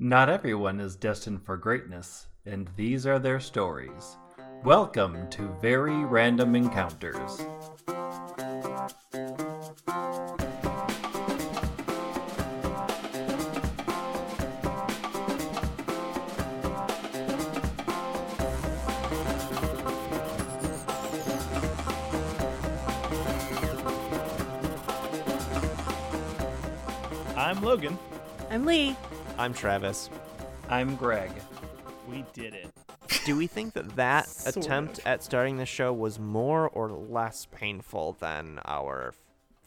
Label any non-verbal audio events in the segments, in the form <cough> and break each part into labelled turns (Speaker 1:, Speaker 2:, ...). Speaker 1: Not everyone is destined for greatness, and these are their stories. Welcome to Very Random Encounters.
Speaker 2: I'm Logan.
Speaker 3: I'm Lee.
Speaker 4: I'm Travis.
Speaker 1: I'm Greg.
Speaker 2: We did it.
Speaker 4: Do we think that that
Speaker 3: <laughs> Sort
Speaker 4: attempt
Speaker 3: of.
Speaker 4: at starting the show was more or less painful than our f-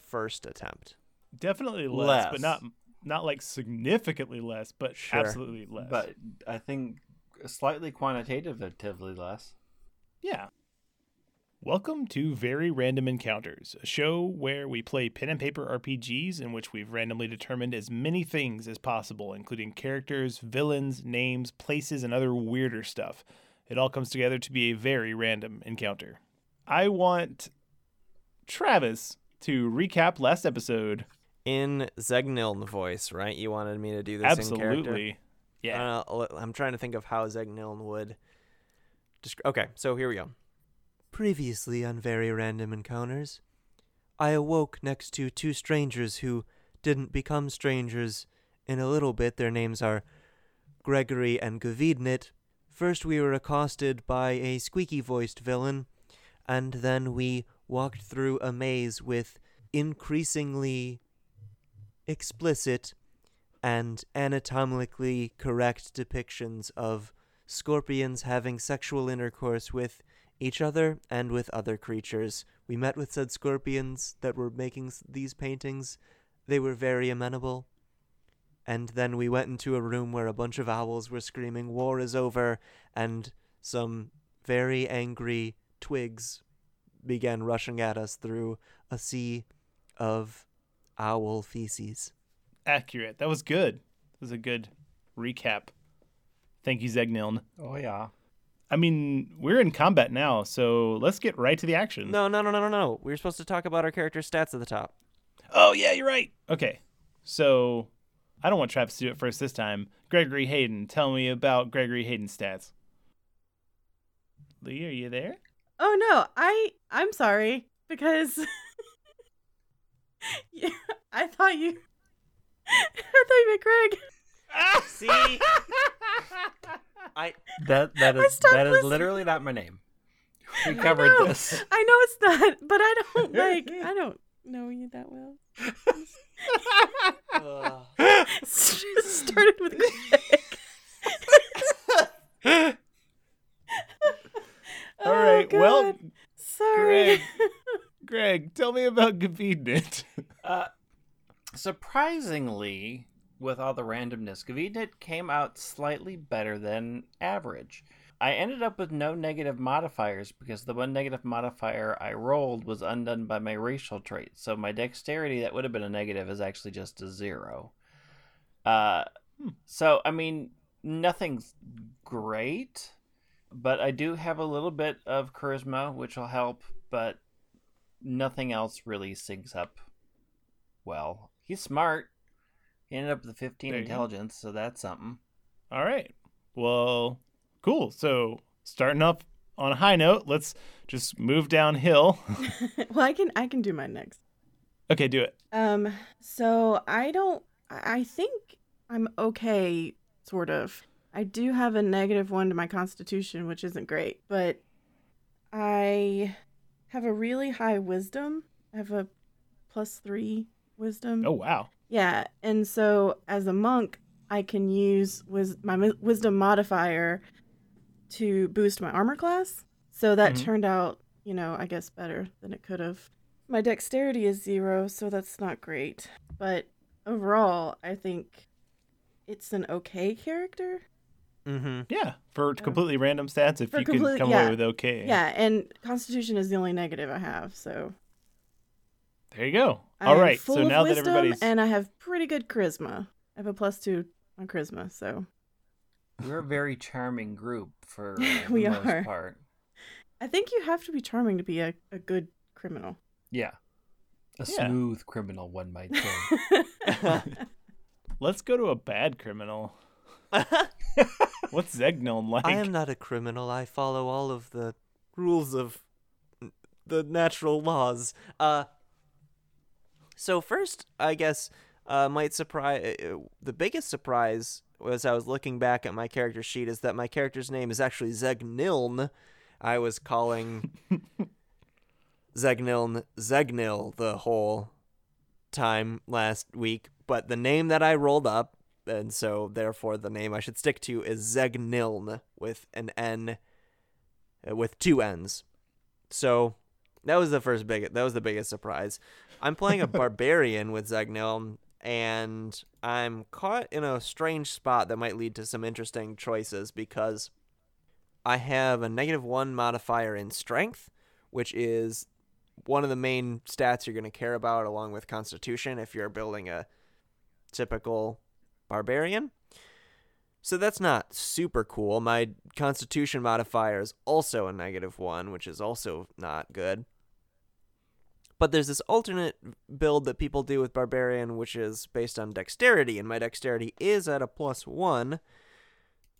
Speaker 4: first attempt?
Speaker 2: Definitely less,
Speaker 1: Less.
Speaker 2: but not not like significantly less, but
Speaker 4: Sure.
Speaker 2: absolutely less.
Speaker 1: But I think slightly quantitatively less.
Speaker 2: yeah. Welcome to Very Random Encounters, a show where we play pen and paper RPGs in which we've randomly determined as many things as possible, including characters, villains, names, places, and other weirder stuff. It all comes together to be a very random encounter. I want Travis to recap last episode.
Speaker 4: In Zegniln voice, right? You wanted me to do this in character.
Speaker 2: Absolutely. Yeah.
Speaker 4: Uh, I'm trying to think of how Zegniln would. Descri- okay, so here we go. Previously on Very Random Encounters, I awoke next to two strangers who didn't become strangers. In a little bit, their names are Gregory and Gavidnit. First, we were accosted by a squeaky voiced villain, and then we walked through a maze with increasingly explicit and anatomically correct depictions of scorpions having sexual intercourse with each other and with other creatures. We met with said scorpions that were making s- these paintings. They were very amenable. And then we went into a room where a bunch of owls were screaming, War is over, and some very angry twigs began rushing at us through a sea of owl feces.
Speaker 2: accurate. That was good. That was a good recap. Thank you, Zegniln.
Speaker 1: Oh, yeah.
Speaker 2: I mean, we're in combat now, so let's get right to the action.
Speaker 4: No, no, no, no, no, no. We were supposed to talk about our character stats at the top.
Speaker 2: Oh, yeah, you're right. Okay. So I don't want Traps to do it first this time. Gregory Hayden, tell me about Gregory Hayden's stats. Lee, are you there?
Speaker 3: Oh no, I I'm sorry because <laughs> yeah, I thought you <laughs> I thought you meant Greg.
Speaker 2: Ah!
Speaker 4: See,
Speaker 2: I
Speaker 4: I
Speaker 1: That, that,
Speaker 3: <laughs> I
Speaker 1: is,
Speaker 3: stopped
Speaker 1: that is
Speaker 3: listening.
Speaker 1: literally not my name. We
Speaker 3: I
Speaker 1: covered
Speaker 3: know.
Speaker 1: this.
Speaker 3: <laughs> I know it's not, but I
Speaker 2: <laughs>
Speaker 3: don't like I don't know you that well. <laughs> Just started with Greg. <laughs>
Speaker 2: All right.
Speaker 3: oh,
Speaker 2: well,
Speaker 3: God. sorry.
Speaker 2: Greg. Greg, tell me about <laughs> Gavidnit.
Speaker 1: Uh, surprisingly, with all the randomness, Gavidnit came out slightly better than average. I ended up with no negative modifiers because the one negative modifier I rolled was undone by my racial trait, so my dexterity that would have been a negative is actually just a zero. Uh,
Speaker 2: Hmm.
Speaker 1: so I mean, nothing's great, but I do have a little bit of charisma, which will help, but nothing else really syncs up well. He's smart. He ended up with a 15
Speaker 2: There you go.
Speaker 1: intelligence, so that's something.
Speaker 2: All right. Well, cool. So starting up on a high note, let's just move downhill. <laughs>
Speaker 3: <laughs> well, I can I can do mine next.
Speaker 2: okay, do it.
Speaker 3: Um, so I don't. I I think I'm okay, sort of. I do have a negative one to my constitution, which isn't great, but I have a really high wisdom. I have a plus three wisdom.
Speaker 2: Oh wow.
Speaker 3: Yeah, and so as a monk, I can use wis- my mi- wisdom modifier to boost my armor class. So that
Speaker 2: Mhm.
Speaker 3: turned out, you know, I guess better than it could have. My dexterity is zero, so that's not great. But overall, I think it's an okay character.
Speaker 4: <laughs> mm-hmm.
Speaker 2: Yeah. For completely random stats, if
Speaker 3: For
Speaker 2: you can
Speaker 3: complete-
Speaker 2: come
Speaker 3: yeah.
Speaker 2: away with okay.
Speaker 3: Yeah, and Constitution is the only negative I have. So
Speaker 2: There you go.
Speaker 3: I
Speaker 2: All
Speaker 3: am
Speaker 2: right.
Speaker 3: full
Speaker 2: So
Speaker 3: of
Speaker 2: now that
Speaker 3: wisdom,
Speaker 2: everybody's
Speaker 3: and I have pretty good charisma. I have a plus two on charisma, so
Speaker 1: We're a very charming group
Speaker 2: <laughs>
Speaker 1: for the
Speaker 3: We
Speaker 1: most
Speaker 3: are.
Speaker 1: part.
Speaker 3: I think you have to be charming to be a, a good
Speaker 2: <laughs>
Speaker 3: criminal.
Speaker 1: Yeah. A
Speaker 2: Yeah.
Speaker 1: smooth
Speaker 2: <laughs>
Speaker 1: criminal, one might say.
Speaker 3: I <laughs>
Speaker 2: let's go to a bad criminal. What's Zegniln like?
Speaker 4: I am not a criminal. I follow all of the rules of n- the natural laws. Uh, so first, I guess uh, might surprise uh, the biggest surprise was I was looking back at my character sheet is that my character's name is actually Zegniln. I was calling Zegniln Zegnil the whole time last week, but the name that I rolled up, and so therefore the name I should stick to is Zegniln with an N, uh, with two N's. So that was the first big. That was the biggest surprise. I'm playing a barbarian with Zegniln, and I'm caught in a strange spot that might lead to some interesting choices because I have a negative one modifier in strength, which is one of the main stats you're going to care about along with constitution if you're building a typical barbarian. So that's not super cool. My constitution modifier is also a negative one, which is also not good. But there's this alternate build that people do with barbarian, which is based on dexterity, and my dexterity is at a plus one.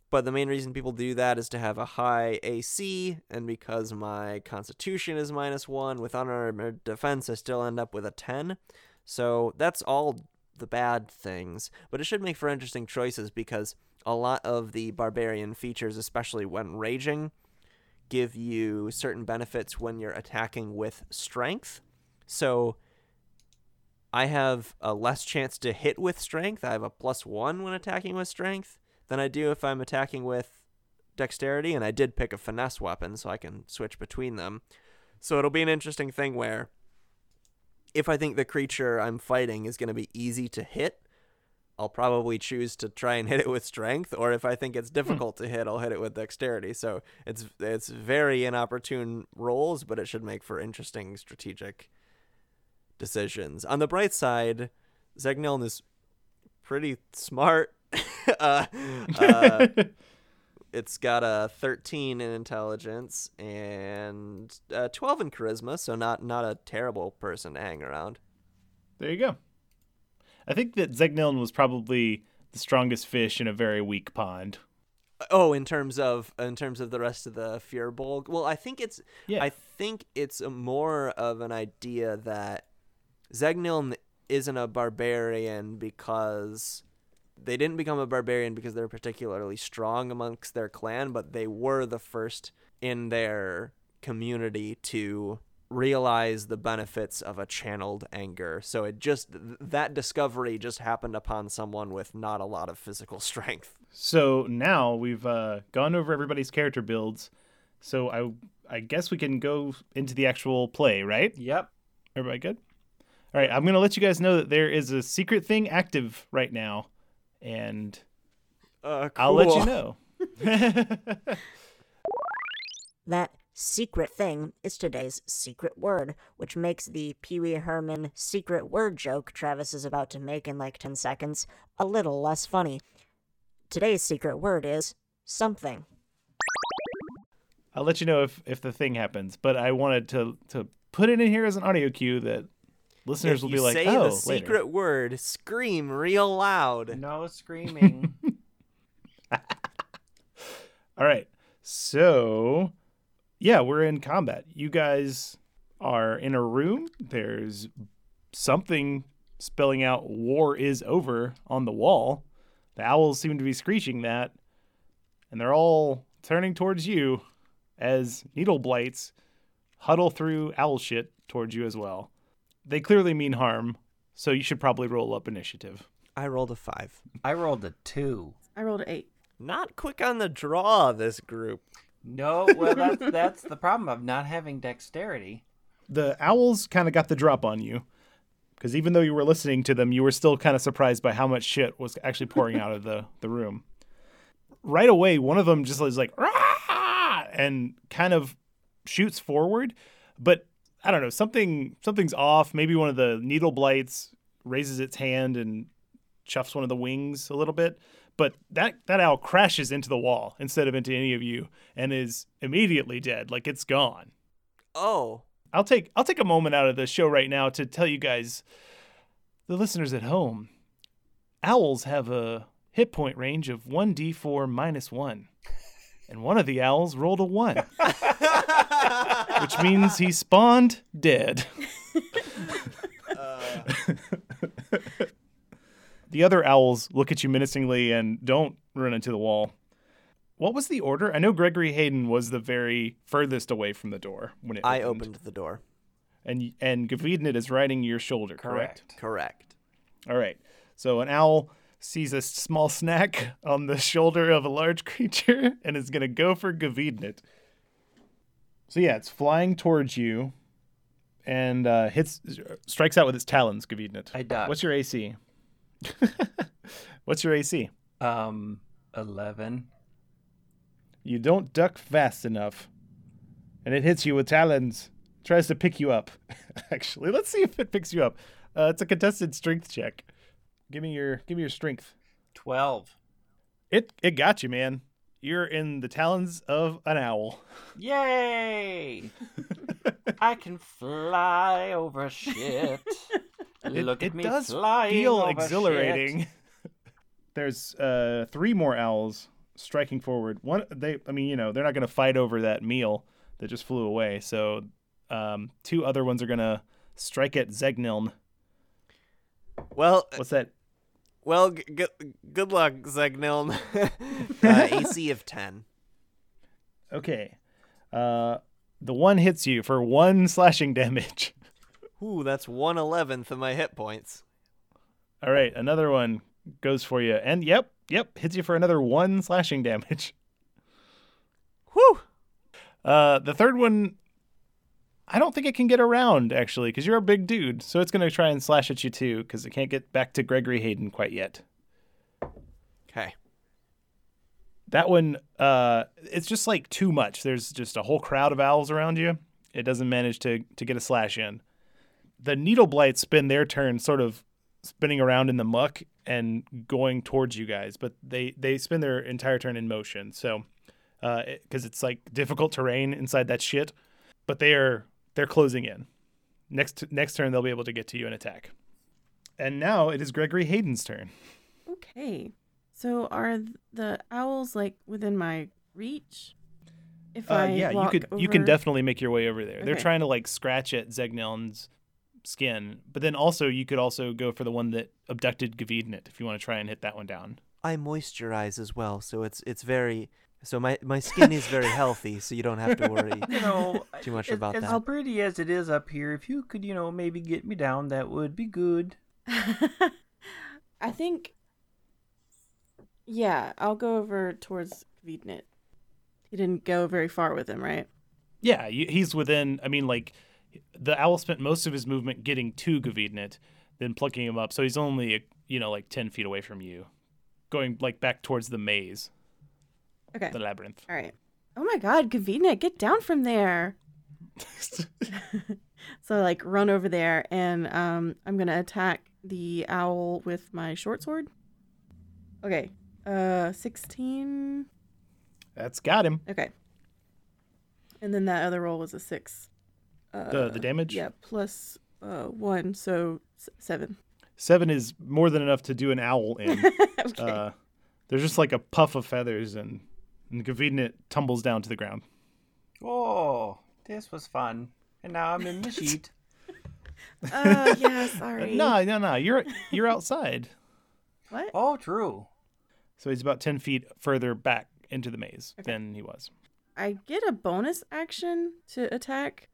Speaker 4: But the main reason people do that is to have a high AC, and because my constitution is minus one, with unarmored defense, I still end up with a 10. So that's all the bad things. But it should make for interesting choices because a lot of the barbarian features, especially when raging, give you certain benefits when you're attacking with strength. So I have a less chance to hit with strength. I have a plus one when attacking with strength than I do if I'm attacking with dexterity. And I did pick a finesse weapon so I can switch between them. So it'll be an interesting thing where if I think the creature I'm fighting is going to be easy to hit, I'll probably choose to try and <laughs> hit it with strength, or if I think it's difficult to hit, I'll hit it with dexterity. So it's it's very inopportune rolls, but it should make for interesting strategic decisions. On the bright side, Zegniln is pretty smart. <laughs> uh, uh, it's got a 13 in intelligence and uh, 12 in charisma, so not not a terrible person to hang around.
Speaker 2: <laughs> There you go. I think that Zegniln was probably the strongest fish in a very weak pond.
Speaker 4: Oh, in terms of in terms of the rest of the fear bowl, well, I think it's
Speaker 2: Yeah.
Speaker 4: I think it's a more of an idea that Zegniln isn't a barbarian because they didn't become a barbarian because they're particularly strong amongst their clan, but they were the first in their community to realize the benefits of a channeled anger. So it just th- that discovery just happened upon someone with not a lot of physical <laughs> strength.
Speaker 2: So now we've uh, gone over everybody's character builds. So I I guess we can go into the actual play, right?
Speaker 1: Yep.
Speaker 2: Everybody good? All right, I'm going to let you guys know that there is a secret thing active right now, and
Speaker 4: Uh,
Speaker 2: I'll let
Speaker 4: cool.
Speaker 2: you know.
Speaker 5: That secret thing is today's secret word, which makes the Pee Wee Herman secret word joke Travis is about to make in like 10 seconds a little less funny. Today's secret word is something.
Speaker 2: <laughs> I'll let you know if, if the thing happens, but I wanted to, to put it in here as an audio cue that listeners
Speaker 4: If
Speaker 2: will
Speaker 4: you
Speaker 2: be like,
Speaker 4: say
Speaker 2: oh,
Speaker 4: the
Speaker 2: later."
Speaker 4: secret word, scream real loud.
Speaker 1: No screaming.
Speaker 2: All right. So, yeah, we're in combat. You guys are in a room. There's something spelling out war is over on the wall. The owls seem to be screeching that, and they're all turning towards you as needle blights huddle through owl shit towards you as well. They clearly mean harm, so you should probably roll up initiative.
Speaker 4: I rolled a five.
Speaker 1: I rolled a two.
Speaker 3: I rolled an eight.
Speaker 4: Not quick on the draw, this group.
Speaker 1: No, well,
Speaker 2: <laughs>
Speaker 1: that's, that's the problem of not having dexterity.
Speaker 2: the owls kind of got the drop on you because even though you were listening to them you were still kind of surprised by how much shit was actually pouring out of the, the room right away one of them just is like "Rah!" and kind of shoots forward but i don't know something something's off maybe one of the needle blights raises its hand and chuffs one of the wings a little bit but that that owl crashes into the wall instead of into any of you and is immediately dead like it's gone
Speaker 4: Oh,
Speaker 2: I'll take I'll take a moment out of the show right now to tell you guys, the listeners at home, owls have a hit point range of 1d4 minus 1. And one of the owls rolled a 1, which means he spawned dead. <laughs> the other owls look at you menacingly and don't run into the wall. What was the order? I know Gregory Hayden was the very furthest away from the door when it
Speaker 4: I opened the door.
Speaker 2: and and Gavidnit is riding your shoulder, correct?
Speaker 1: Correct.
Speaker 4: Correct.
Speaker 2: All right. So an owl sees a small snack <laughs> on the shoulder of a large creature <laughs> and is going to go for Gavidnit. So yeah, it's flying towards you and uh, hits strikes out with its talons, Gavidnit.
Speaker 1: I dodge.
Speaker 2: What's your AC? <laughs> What's your AC?
Speaker 1: Um, 11.
Speaker 2: You don't duck fast enough. And it hits you with talons. Tries to pick you up. <laughs> Actually, let's see if it picks you up. Uh, it's a contested strength check. Give me your give me your strength.
Speaker 1: 12.
Speaker 2: It it got you, man. You're in the talons of an owl. <laughs>
Speaker 1: Yay! I can fly over shit.
Speaker 2: <laughs> It,
Speaker 1: Look at
Speaker 2: it
Speaker 1: me
Speaker 2: does
Speaker 1: flying
Speaker 2: feel
Speaker 1: over
Speaker 2: exhilarating.
Speaker 1: shit.
Speaker 2: <laughs>
Speaker 1: <laughs>
Speaker 2: There's uh, three more owls striking forward. One, they, I mean, you know, they're not going to fight over that meal that just flew away. So, um, two other ones are going to strike at Zegniln.
Speaker 4: Well,
Speaker 2: What's that?
Speaker 4: well, g- g- good luck, Zegniln. <laughs>
Speaker 2: <laughs>
Speaker 4: uh, AC of 10.
Speaker 2: Okay, uh, the one hits you for one <laughs> slashing damage.
Speaker 4: Ooh, that's 1 11th of my hit points.
Speaker 2: All right, another one goes for you, and yep, yep, hits you for another one slashing damage. <laughs>
Speaker 4: Whew!
Speaker 2: Uh, the third one, I don't think it can get around actually, because you're a big dude, so it's gonna try and slash at you too, because it can't get back to Gregory Hayden quite yet.
Speaker 4: Okay.
Speaker 2: That one, uh, it's just like too much. There's just a whole crowd of owls around you. It doesn't manage to to get a slash in. The needle blights spend their turn sort of spinning around in the muck and going towards you guys, but they they spend their entire turn in motion. So, because it's like difficult terrain inside that shit, but they are they're closing in. Next next turn they'll be able to get to you and attack. And now it is Gregory Hayden's turn.
Speaker 3: Okay. So are th- the owls like within my reach? If
Speaker 2: Uh,
Speaker 3: I
Speaker 2: yeah, you
Speaker 3: walk
Speaker 2: could you can
Speaker 3: over-
Speaker 2: definitely make your way over there. They're
Speaker 3: Okay.
Speaker 2: trying to like scratch at Zegniln's skin, but then also you could also go for the one that abducted Gavidnit if you want to try and hit that one down.
Speaker 4: I moisturize as well, so it's it's very so my my skin is very healthy, so you don't have to worry.
Speaker 1: <laughs> You know,
Speaker 4: Too much
Speaker 1: as-
Speaker 4: about
Speaker 1: as
Speaker 4: that.
Speaker 1: pretty as it is up here, if you could, you know, maybe get me down, that would be good.
Speaker 3: <laughs> I think. Yeah, I'll go over towards Kvidnit. He didn't go very far with him, right?
Speaker 2: Yeah, you, he's within. I mean, like the owl spent most of his movement getting to Gavidnit, then plucking him up, so he's only you know like ten feet away from you, going like back towards the maze,
Speaker 3: Okay.
Speaker 2: the labyrinth. <laughs>
Speaker 3: All right. Oh my God, Kvidnit, get down from there! So I, like run over there, and um, I'm gonna attack the owl with my short sword. Okay. Uh, sixteen.
Speaker 2: That's got him.
Speaker 3: Okay. And then that other roll was a six. Uh,
Speaker 2: The the damage.
Speaker 3: Yeah, plus uh, one, so s-
Speaker 2: <laughs>
Speaker 3: seven.
Speaker 2: Seven is more than enough to do an owl
Speaker 3: <laughs>
Speaker 2: in.
Speaker 3: okay.
Speaker 2: Uh, there's just like a puff of feathers, and and Gavidnit tumbles down to the ground.
Speaker 1: Oh, this was fun. And now I'm <laughs> in my sheet.
Speaker 3: Oh yeah, sorry.
Speaker 2: No, no, no. You're you're outside,
Speaker 3: What?
Speaker 1: Oh, true.
Speaker 2: so he's about ten feet further back into the maze than he was.
Speaker 3: I get a bonus action to attack.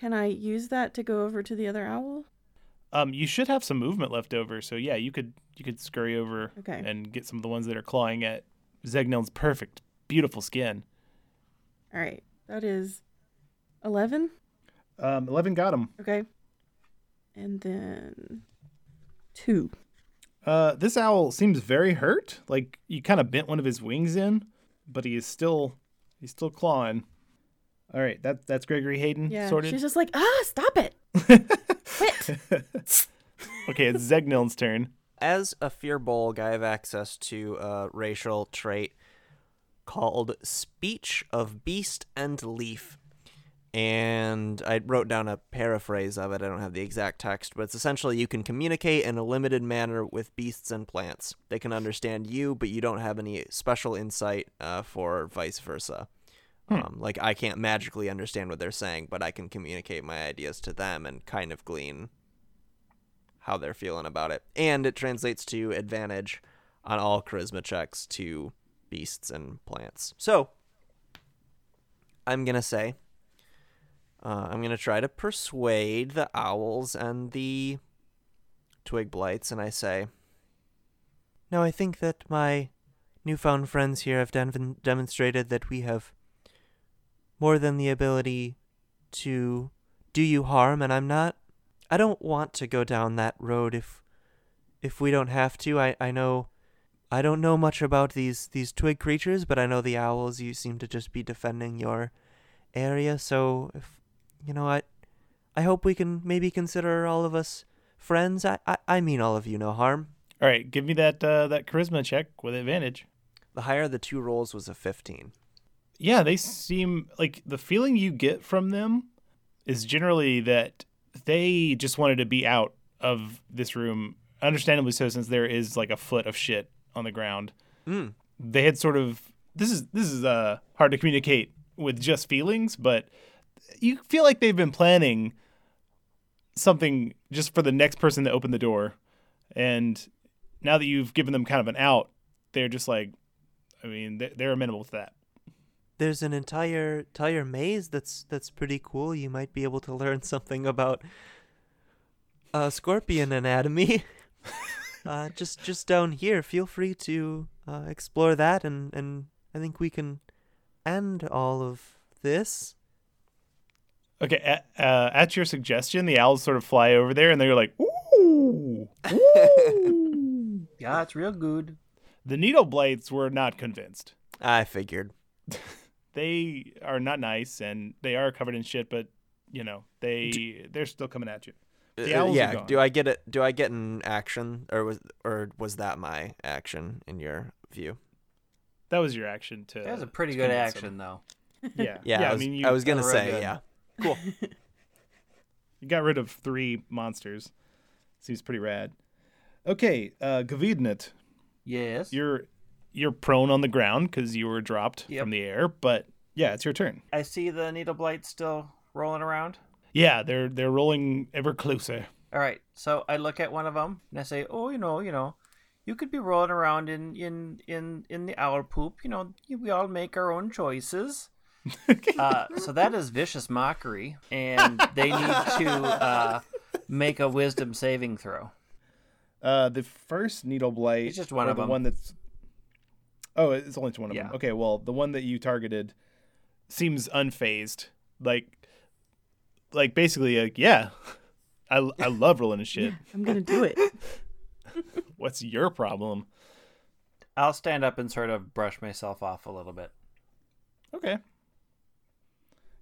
Speaker 3: Can I use that to go over to the other owl?
Speaker 2: Um, you should have some movement left over, so yeah, you could you could scurry over
Speaker 3: Okay.
Speaker 2: and get some of the ones that are clawing at Zegnil's perfect, beautiful skin.
Speaker 3: All right, that is eleven.
Speaker 2: Um, Eleven got him.
Speaker 3: Okay, and then two.
Speaker 2: Uh, this owl seems very hurt. Like you kind of bent one of his wings in, but he is still he's still clawing. All right, that that's Gregory Hayden
Speaker 3: Yeah,
Speaker 2: sorted.
Speaker 3: she's just like, ah, stop it, <laughs> quit.
Speaker 2: okay,
Speaker 3: <laughs>
Speaker 2: it's Zegnil's turn.
Speaker 4: As a fear bulg, I have access to a racial trait called Speech of Beast and Leaf. and I wrote down a paraphrase of it. I don't have the exact text, but it's essentially you can communicate in a limited manner with beasts and plants. They can understand you, but you don't have any special insight uh, for vice versa. Um, like I can't magically understand what they're saying, but I can communicate my ideas to them and kind of glean how they're feeling about it. And it translates to advantage on all charisma checks to beasts and plants. So I'm gonna say uh, I'm gonna try to persuade the owls and the twig blights, and I say, "No, I think that my newfound friends here have dem- demonstrated that we have more than the ability to do you harm, and I'm not. I don't want to go down that road if if we don't have to. I I know." I don't know much about these, these twig creatures, but I know the owls. You seem to just be defending your area. So if you know, I I hope we can maybe consider all of us friends. I I, I mean all of you no harm.
Speaker 2: All right, give me that uh, that charisma check with advantage.
Speaker 4: The higher of the two rolls was a fifteen.
Speaker 2: yeah, they seem like the feeling you get from them is generally that they just wanted to be out of this room, understandably so, since there is like a foot of shit on the ground.
Speaker 4: Mm.
Speaker 2: They had sort of this is this is uh hard to communicate with just feelings, but you feel like they've been planning something just for the next person to open the door, and now that you've given them kind of an out, they're just like, I mean, they're, they're amenable to that.
Speaker 4: There's an entire entire maze that's that's pretty cool. You might be able to learn <laughs> something about uh, scorpion <laughs> anatomy. uh, just just down here. Feel free to uh, explore that, and and I think we can end all of this.
Speaker 2: Okay, at, uh, at your suggestion, the owls sort of fly over there, and they're like, "Ooh,
Speaker 4: <laughs>
Speaker 2: ooh."
Speaker 1: Yeah, it's real good.
Speaker 2: the needle blades were not convinced.
Speaker 4: I figured.
Speaker 2: They are not nice, and they are covered in shit. But you know, they they're still coming at you. The
Speaker 4: Uh,
Speaker 2: owls are
Speaker 4: yeah.
Speaker 2: gone.
Speaker 4: Do I get it? Do I get an action, or was or was that my action in your view?
Speaker 2: That was your action to.
Speaker 1: That was a pretty
Speaker 2: to
Speaker 1: good <laughs>
Speaker 2: convince
Speaker 1: action, though.
Speaker 2: them. Yeah,
Speaker 4: Yeah. I, was,
Speaker 2: I mean, you,
Speaker 4: I was gonna
Speaker 1: real
Speaker 4: say
Speaker 1: good.
Speaker 4: yeah.
Speaker 2: you got rid of three monsters. Seems pretty rad. Okay, uh, Gavidnet,
Speaker 1: Yes.
Speaker 2: you're you're prone on the ground because you were dropped
Speaker 1: Yep.
Speaker 2: from the air. But yeah, it's your turn.
Speaker 1: I see the needle blight still rolling around.
Speaker 2: Yeah, they're they're rolling ever closer.
Speaker 1: All right, so I look at one of them and I say, "Oh, you know, you know, you could be rolling around in in in in the owl poop. You know, we all make our own <laughs> choices." uh, so that is vicious mockery, and they need to uh, make a wisdom saving throw.
Speaker 2: Uh, the first needle blight.
Speaker 1: It's just one
Speaker 2: or
Speaker 1: of
Speaker 2: the
Speaker 1: them.
Speaker 2: One that's. Oh, it's only one of
Speaker 1: Yeah.
Speaker 2: them. Okay, well, the one that you targeted seems unfazed. Like, like basically, like yeah, I I love rolling a shit.
Speaker 3: I'm gonna do it.
Speaker 2: What's your problem?
Speaker 1: I'll stand up and sort of brush myself off a little bit.
Speaker 2: Okay.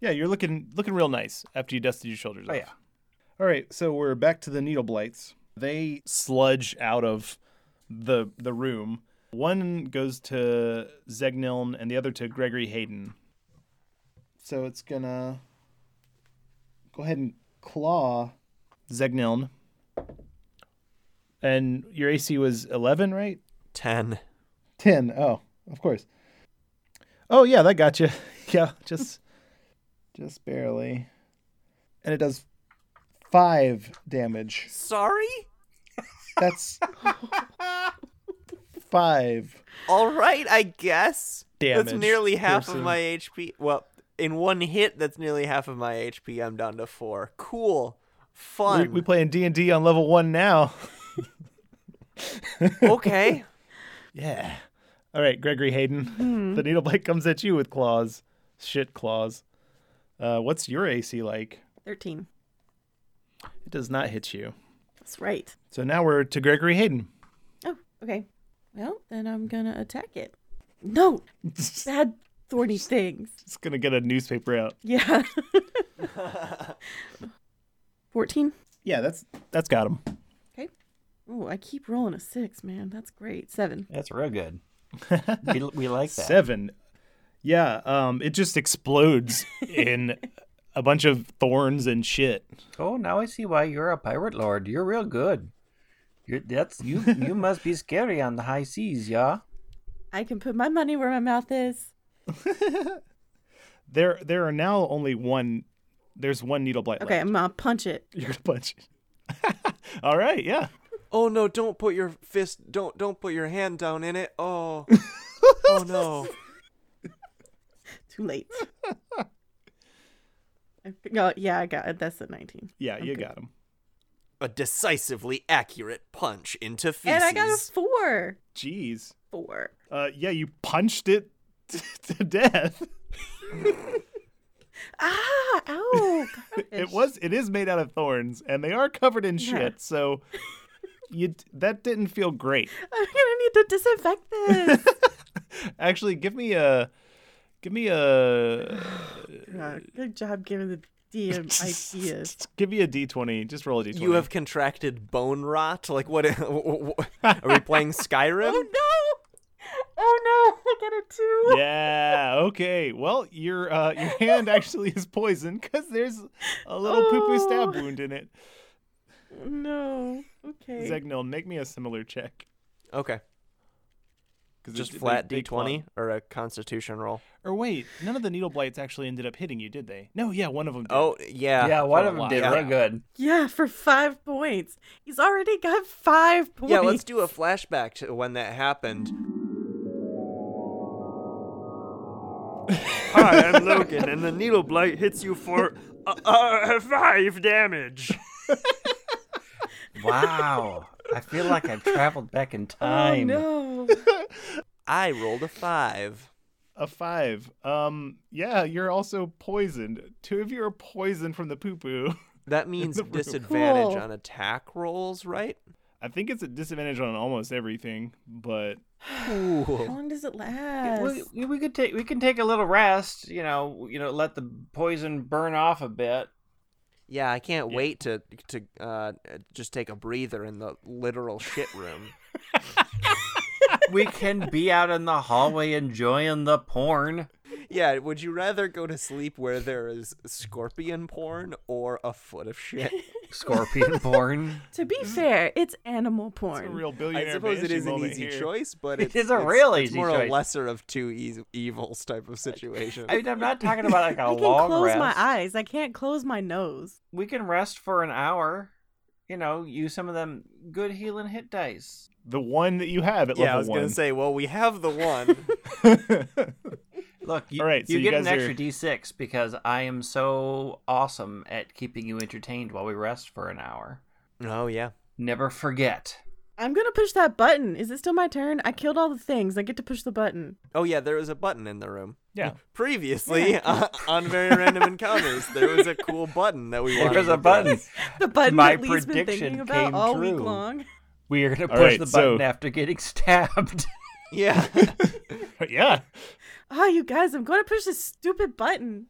Speaker 2: Yeah, you're looking looking real nice after you dusted your shoulders
Speaker 1: Oh
Speaker 2: off.
Speaker 1: yeah,
Speaker 2: All right, so we're back to the needle blights. They sludge out of the the room. One goes to Zegniln and the other to Gregory Hayden. So it's gonna go ahead and claw Zegniln. And your AC was eleven, right?
Speaker 4: <laughs> Ten.
Speaker 2: 10 oh of course oh yeah that got you <laughs> yeah just <laughs> just barely and it does five damage
Speaker 4: Sorry.
Speaker 2: that's five
Speaker 4: All right. I guess.
Speaker 2: damage
Speaker 4: That's nearly half
Speaker 2: piercing.
Speaker 4: of my HP. Well, in one hit, that's nearly half of my HP. I'm down to four. Cool.
Speaker 2: we,
Speaker 4: Fun.
Speaker 2: we playing d&d on level one now <laughs>
Speaker 4: <laughs> okay.
Speaker 2: yeah all right gregory hayden the needle blade comes at you with claws shit claws uh, what's your ac like
Speaker 3: Thirteen.
Speaker 2: it does not hit you
Speaker 3: That's right.
Speaker 2: so now we're to gregory hayden
Speaker 3: Oh, okay. Well, then I'm gonna attack it. No, bad thorny things.
Speaker 2: it's gonna get a newspaper out
Speaker 3: Yeah. <laughs> Fourteen.
Speaker 2: yeah that's that's got him
Speaker 3: Oh, I keep rolling a six, man. That's great. Seven.
Speaker 1: that's real good. <laughs> we, we like that.
Speaker 3: <laughs>
Speaker 2: Seven. Yeah, um, it just explodes in a bunch of thorns and shit.
Speaker 1: Oh, now I see why you're a pirate lord. You're real good. You're that's you. you must be scary on the high seas, yeah.
Speaker 3: I can put my money where my mouth is.
Speaker 2: There there are now only one there's one needle blight
Speaker 3: Okay,
Speaker 2: left. <laughs>
Speaker 3: I'm gonna punch it.
Speaker 2: You're gonna punch. it. <laughs> All right, yeah.
Speaker 4: Oh no, don't put your fist don't don't put your hand down in it.
Speaker 2: <laughs>
Speaker 4: Oh. oh no.
Speaker 3: Too late. I got, yeah, I got it. That's a 19.
Speaker 2: Yeah, you
Speaker 3: Okay.
Speaker 2: got him.
Speaker 4: A decisively accurate punch into feces.
Speaker 3: And I got a four.
Speaker 2: Jeez.
Speaker 3: Four.
Speaker 2: Uh yeah, you punched it <laughs> to death.
Speaker 3: Ah, ow.
Speaker 2: It
Speaker 3: gosh.
Speaker 2: was it is made out of thorns and they are covered in
Speaker 3: Yeah.
Speaker 2: shit, so you that didn't feel great.
Speaker 3: I'm gonna need to disinfect this.
Speaker 2: Actually, give me a give me a
Speaker 3: God, Ah, good job giving the DM ideas.
Speaker 2: give me a d20. Just roll a d20.
Speaker 4: You have contracted bone rot. Like what? <laughs> Are
Speaker 2: <laughs>
Speaker 4: we playing Skyrim?
Speaker 3: Oh no! Oh no! I got a two.
Speaker 2: yeah okay well your uh your hand
Speaker 4: <laughs>
Speaker 2: actually is poisoned because there's a little poo poo stab
Speaker 3: Oh.
Speaker 2: wound in it
Speaker 3: No. Okay.
Speaker 2: zegnil make me a similar check
Speaker 4: Okay,
Speaker 2: 'Cause
Speaker 4: just
Speaker 2: it- they-
Speaker 4: flat
Speaker 2: they
Speaker 4: D twenty
Speaker 2: clump.
Speaker 4: or a Constitution roll.
Speaker 2: or wait none of the needle blights actually ended up hitting you did they no yeah one of them did.
Speaker 4: Oh yeah.
Speaker 1: yeah, one of
Speaker 2: for a
Speaker 1: them
Speaker 2: while.
Speaker 1: did
Speaker 4: Yeah.
Speaker 1: real good.
Speaker 3: Yeah, for five points. He's already got five points.
Speaker 4: Yeah, let's do a flashback to when that happened. <laughs> Hi, I'm Logan, and the needle blight hits you for uh, uh, five damage.
Speaker 1: <laughs> Wow, I feel like I've traveled back <laughs> in
Speaker 3: Oh
Speaker 1: time.
Speaker 3: no!
Speaker 4: I rolled a five.
Speaker 2: a five um yeah you're also poisoned two of you are poisoned from the poo poo
Speaker 4: That means disadvantage
Speaker 3: Cool.
Speaker 4: on attack rolls, right?
Speaker 2: <laughs> i think it's a disadvantage on almost everything but
Speaker 3: How
Speaker 4: Ooh.
Speaker 3: long does it
Speaker 1: Yeah,
Speaker 3: last?
Speaker 1: we, we- we could take we can take a little rest, you know, you know, let the poison burn off a bit.
Speaker 4: Yeah, I can't
Speaker 2: Yeah.
Speaker 4: wait to to uh, just take a breather in the literal shit room.
Speaker 1: We can be out in the hallway enjoying the porn.
Speaker 4: Yeah, would you rather go to sleep where there is scorpion porn or a foot of <laughs> shit?
Speaker 1: Scorpion
Speaker 3: <laughs>
Speaker 1: porn.
Speaker 3: to be fair, it's animal
Speaker 2: it's a
Speaker 3: porn.
Speaker 2: real billionaire
Speaker 4: I suppose it
Speaker 2: vanishing
Speaker 4: is an
Speaker 2: moment
Speaker 4: easy
Speaker 2: here.
Speaker 4: choice, but <laughs>
Speaker 1: It
Speaker 4: it's,
Speaker 1: is a
Speaker 4: it's-
Speaker 1: real
Speaker 4: it's
Speaker 1: easy
Speaker 4: more a
Speaker 1: choice.
Speaker 4: lesser of two eas evils <laughs> type of situation.
Speaker 1: I mean, I'm not talking about like a
Speaker 3: <laughs> I
Speaker 1: long
Speaker 3: can close
Speaker 1: rest.
Speaker 3: my eyes. I can't close my nose.
Speaker 1: We can rest for an hour. You know, use some of them good healing hit dice.
Speaker 2: the one that you have at
Speaker 4: yeah, I was
Speaker 2: level
Speaker 4: gonna say, well, we have the <laughs> one.
Speaker 2: one <laughs>
Speaker 1: Look, you,
Speaker 2: All right, so
Speaker 1: you,
Speaker 2: you
Speaker 1: get
Speaker 2: guys
Speaker 1: an
Speaker 2: are-
Speaker 1: extra d6 because I am so awesome at keeping you entertained while we rest for an hour.
Speaker 4: oh yeah,
Speaker 1: Never forget.
Speaker 3: I'm gonna push that button. Is it still my turn? I killed all the things. I get to push the button. <laughs>
Speaker 4: oh yeah, there was a button in the room.
Speaker 2: yeah
Speaker 4: Previously <laughs> uh, on very random encounters, there was a cool button that we
Speaker 1: There
Speaker 4: wanted.
Speaker 1: was
Speaker 4: to
Speaker 1: a button.
Speaker 4: press.
Speaker 3: The button
Speaker 1: My
Speaker 3: that Lee's been
Speaker 1: prediction
Speaker 3: thinking about
Speaker 1: came
Speaker 3: all week
Speaker 1: true.
Speaker 3: long.
Speaker 1: We are going to
Speaker 2: All
Speaker 1: push
Speaker 2: right,
Speaker 1: the
Speaker 2: so-
Speaker 1: button after getting <laughs> stabbed.
Speaker 4: Yeah,
Speaker 2: <laughs> yeah
Speaker 3: Oh, you guys, I'm gonna push this stupid button.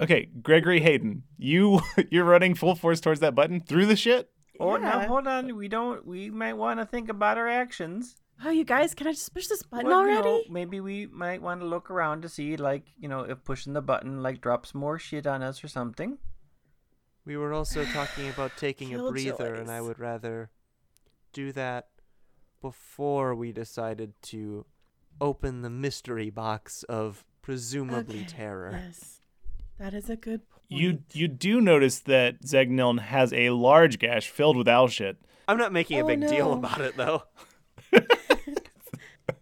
Speaker 2: Okay, Gregory Hayden, you <laughs> you're running full force towards that button through the shit.
Speaker 1: Or now,
Speaker 3: Yeah.
Speaker 1: hold on. We don't. We might want to think about our actions.
Speaker 3: Oh, you guys, can I just push this button
Speaker 1: Well, you know,
Speaker 3: already?
Speaker 1: maybe we might want to look around to see, like, you know, if pushing the button like drops more shit on us or something.
Speaker 4: we were also talking about
Speaker 3: <sighs>
Speaker 4: taking a breather, and I
Speaker 3: Killjoys.
Speaker 4: would rather do that before we decided to open the mystery box of presumably
Speaker 3: Okay,
Speaker 4: terror.
Speaker 3: Yes, that is a good point.
Speaker 2: You you do notice that Zegniln has a large gash filled with owl shit.
Speaker 4: I'm not making a
Speaker 3: Oh,
Speaker 4: big deal
Speaker 3: no.
Speaker 4: about
Speaker 3: <laughs>
Speaker 4: it though.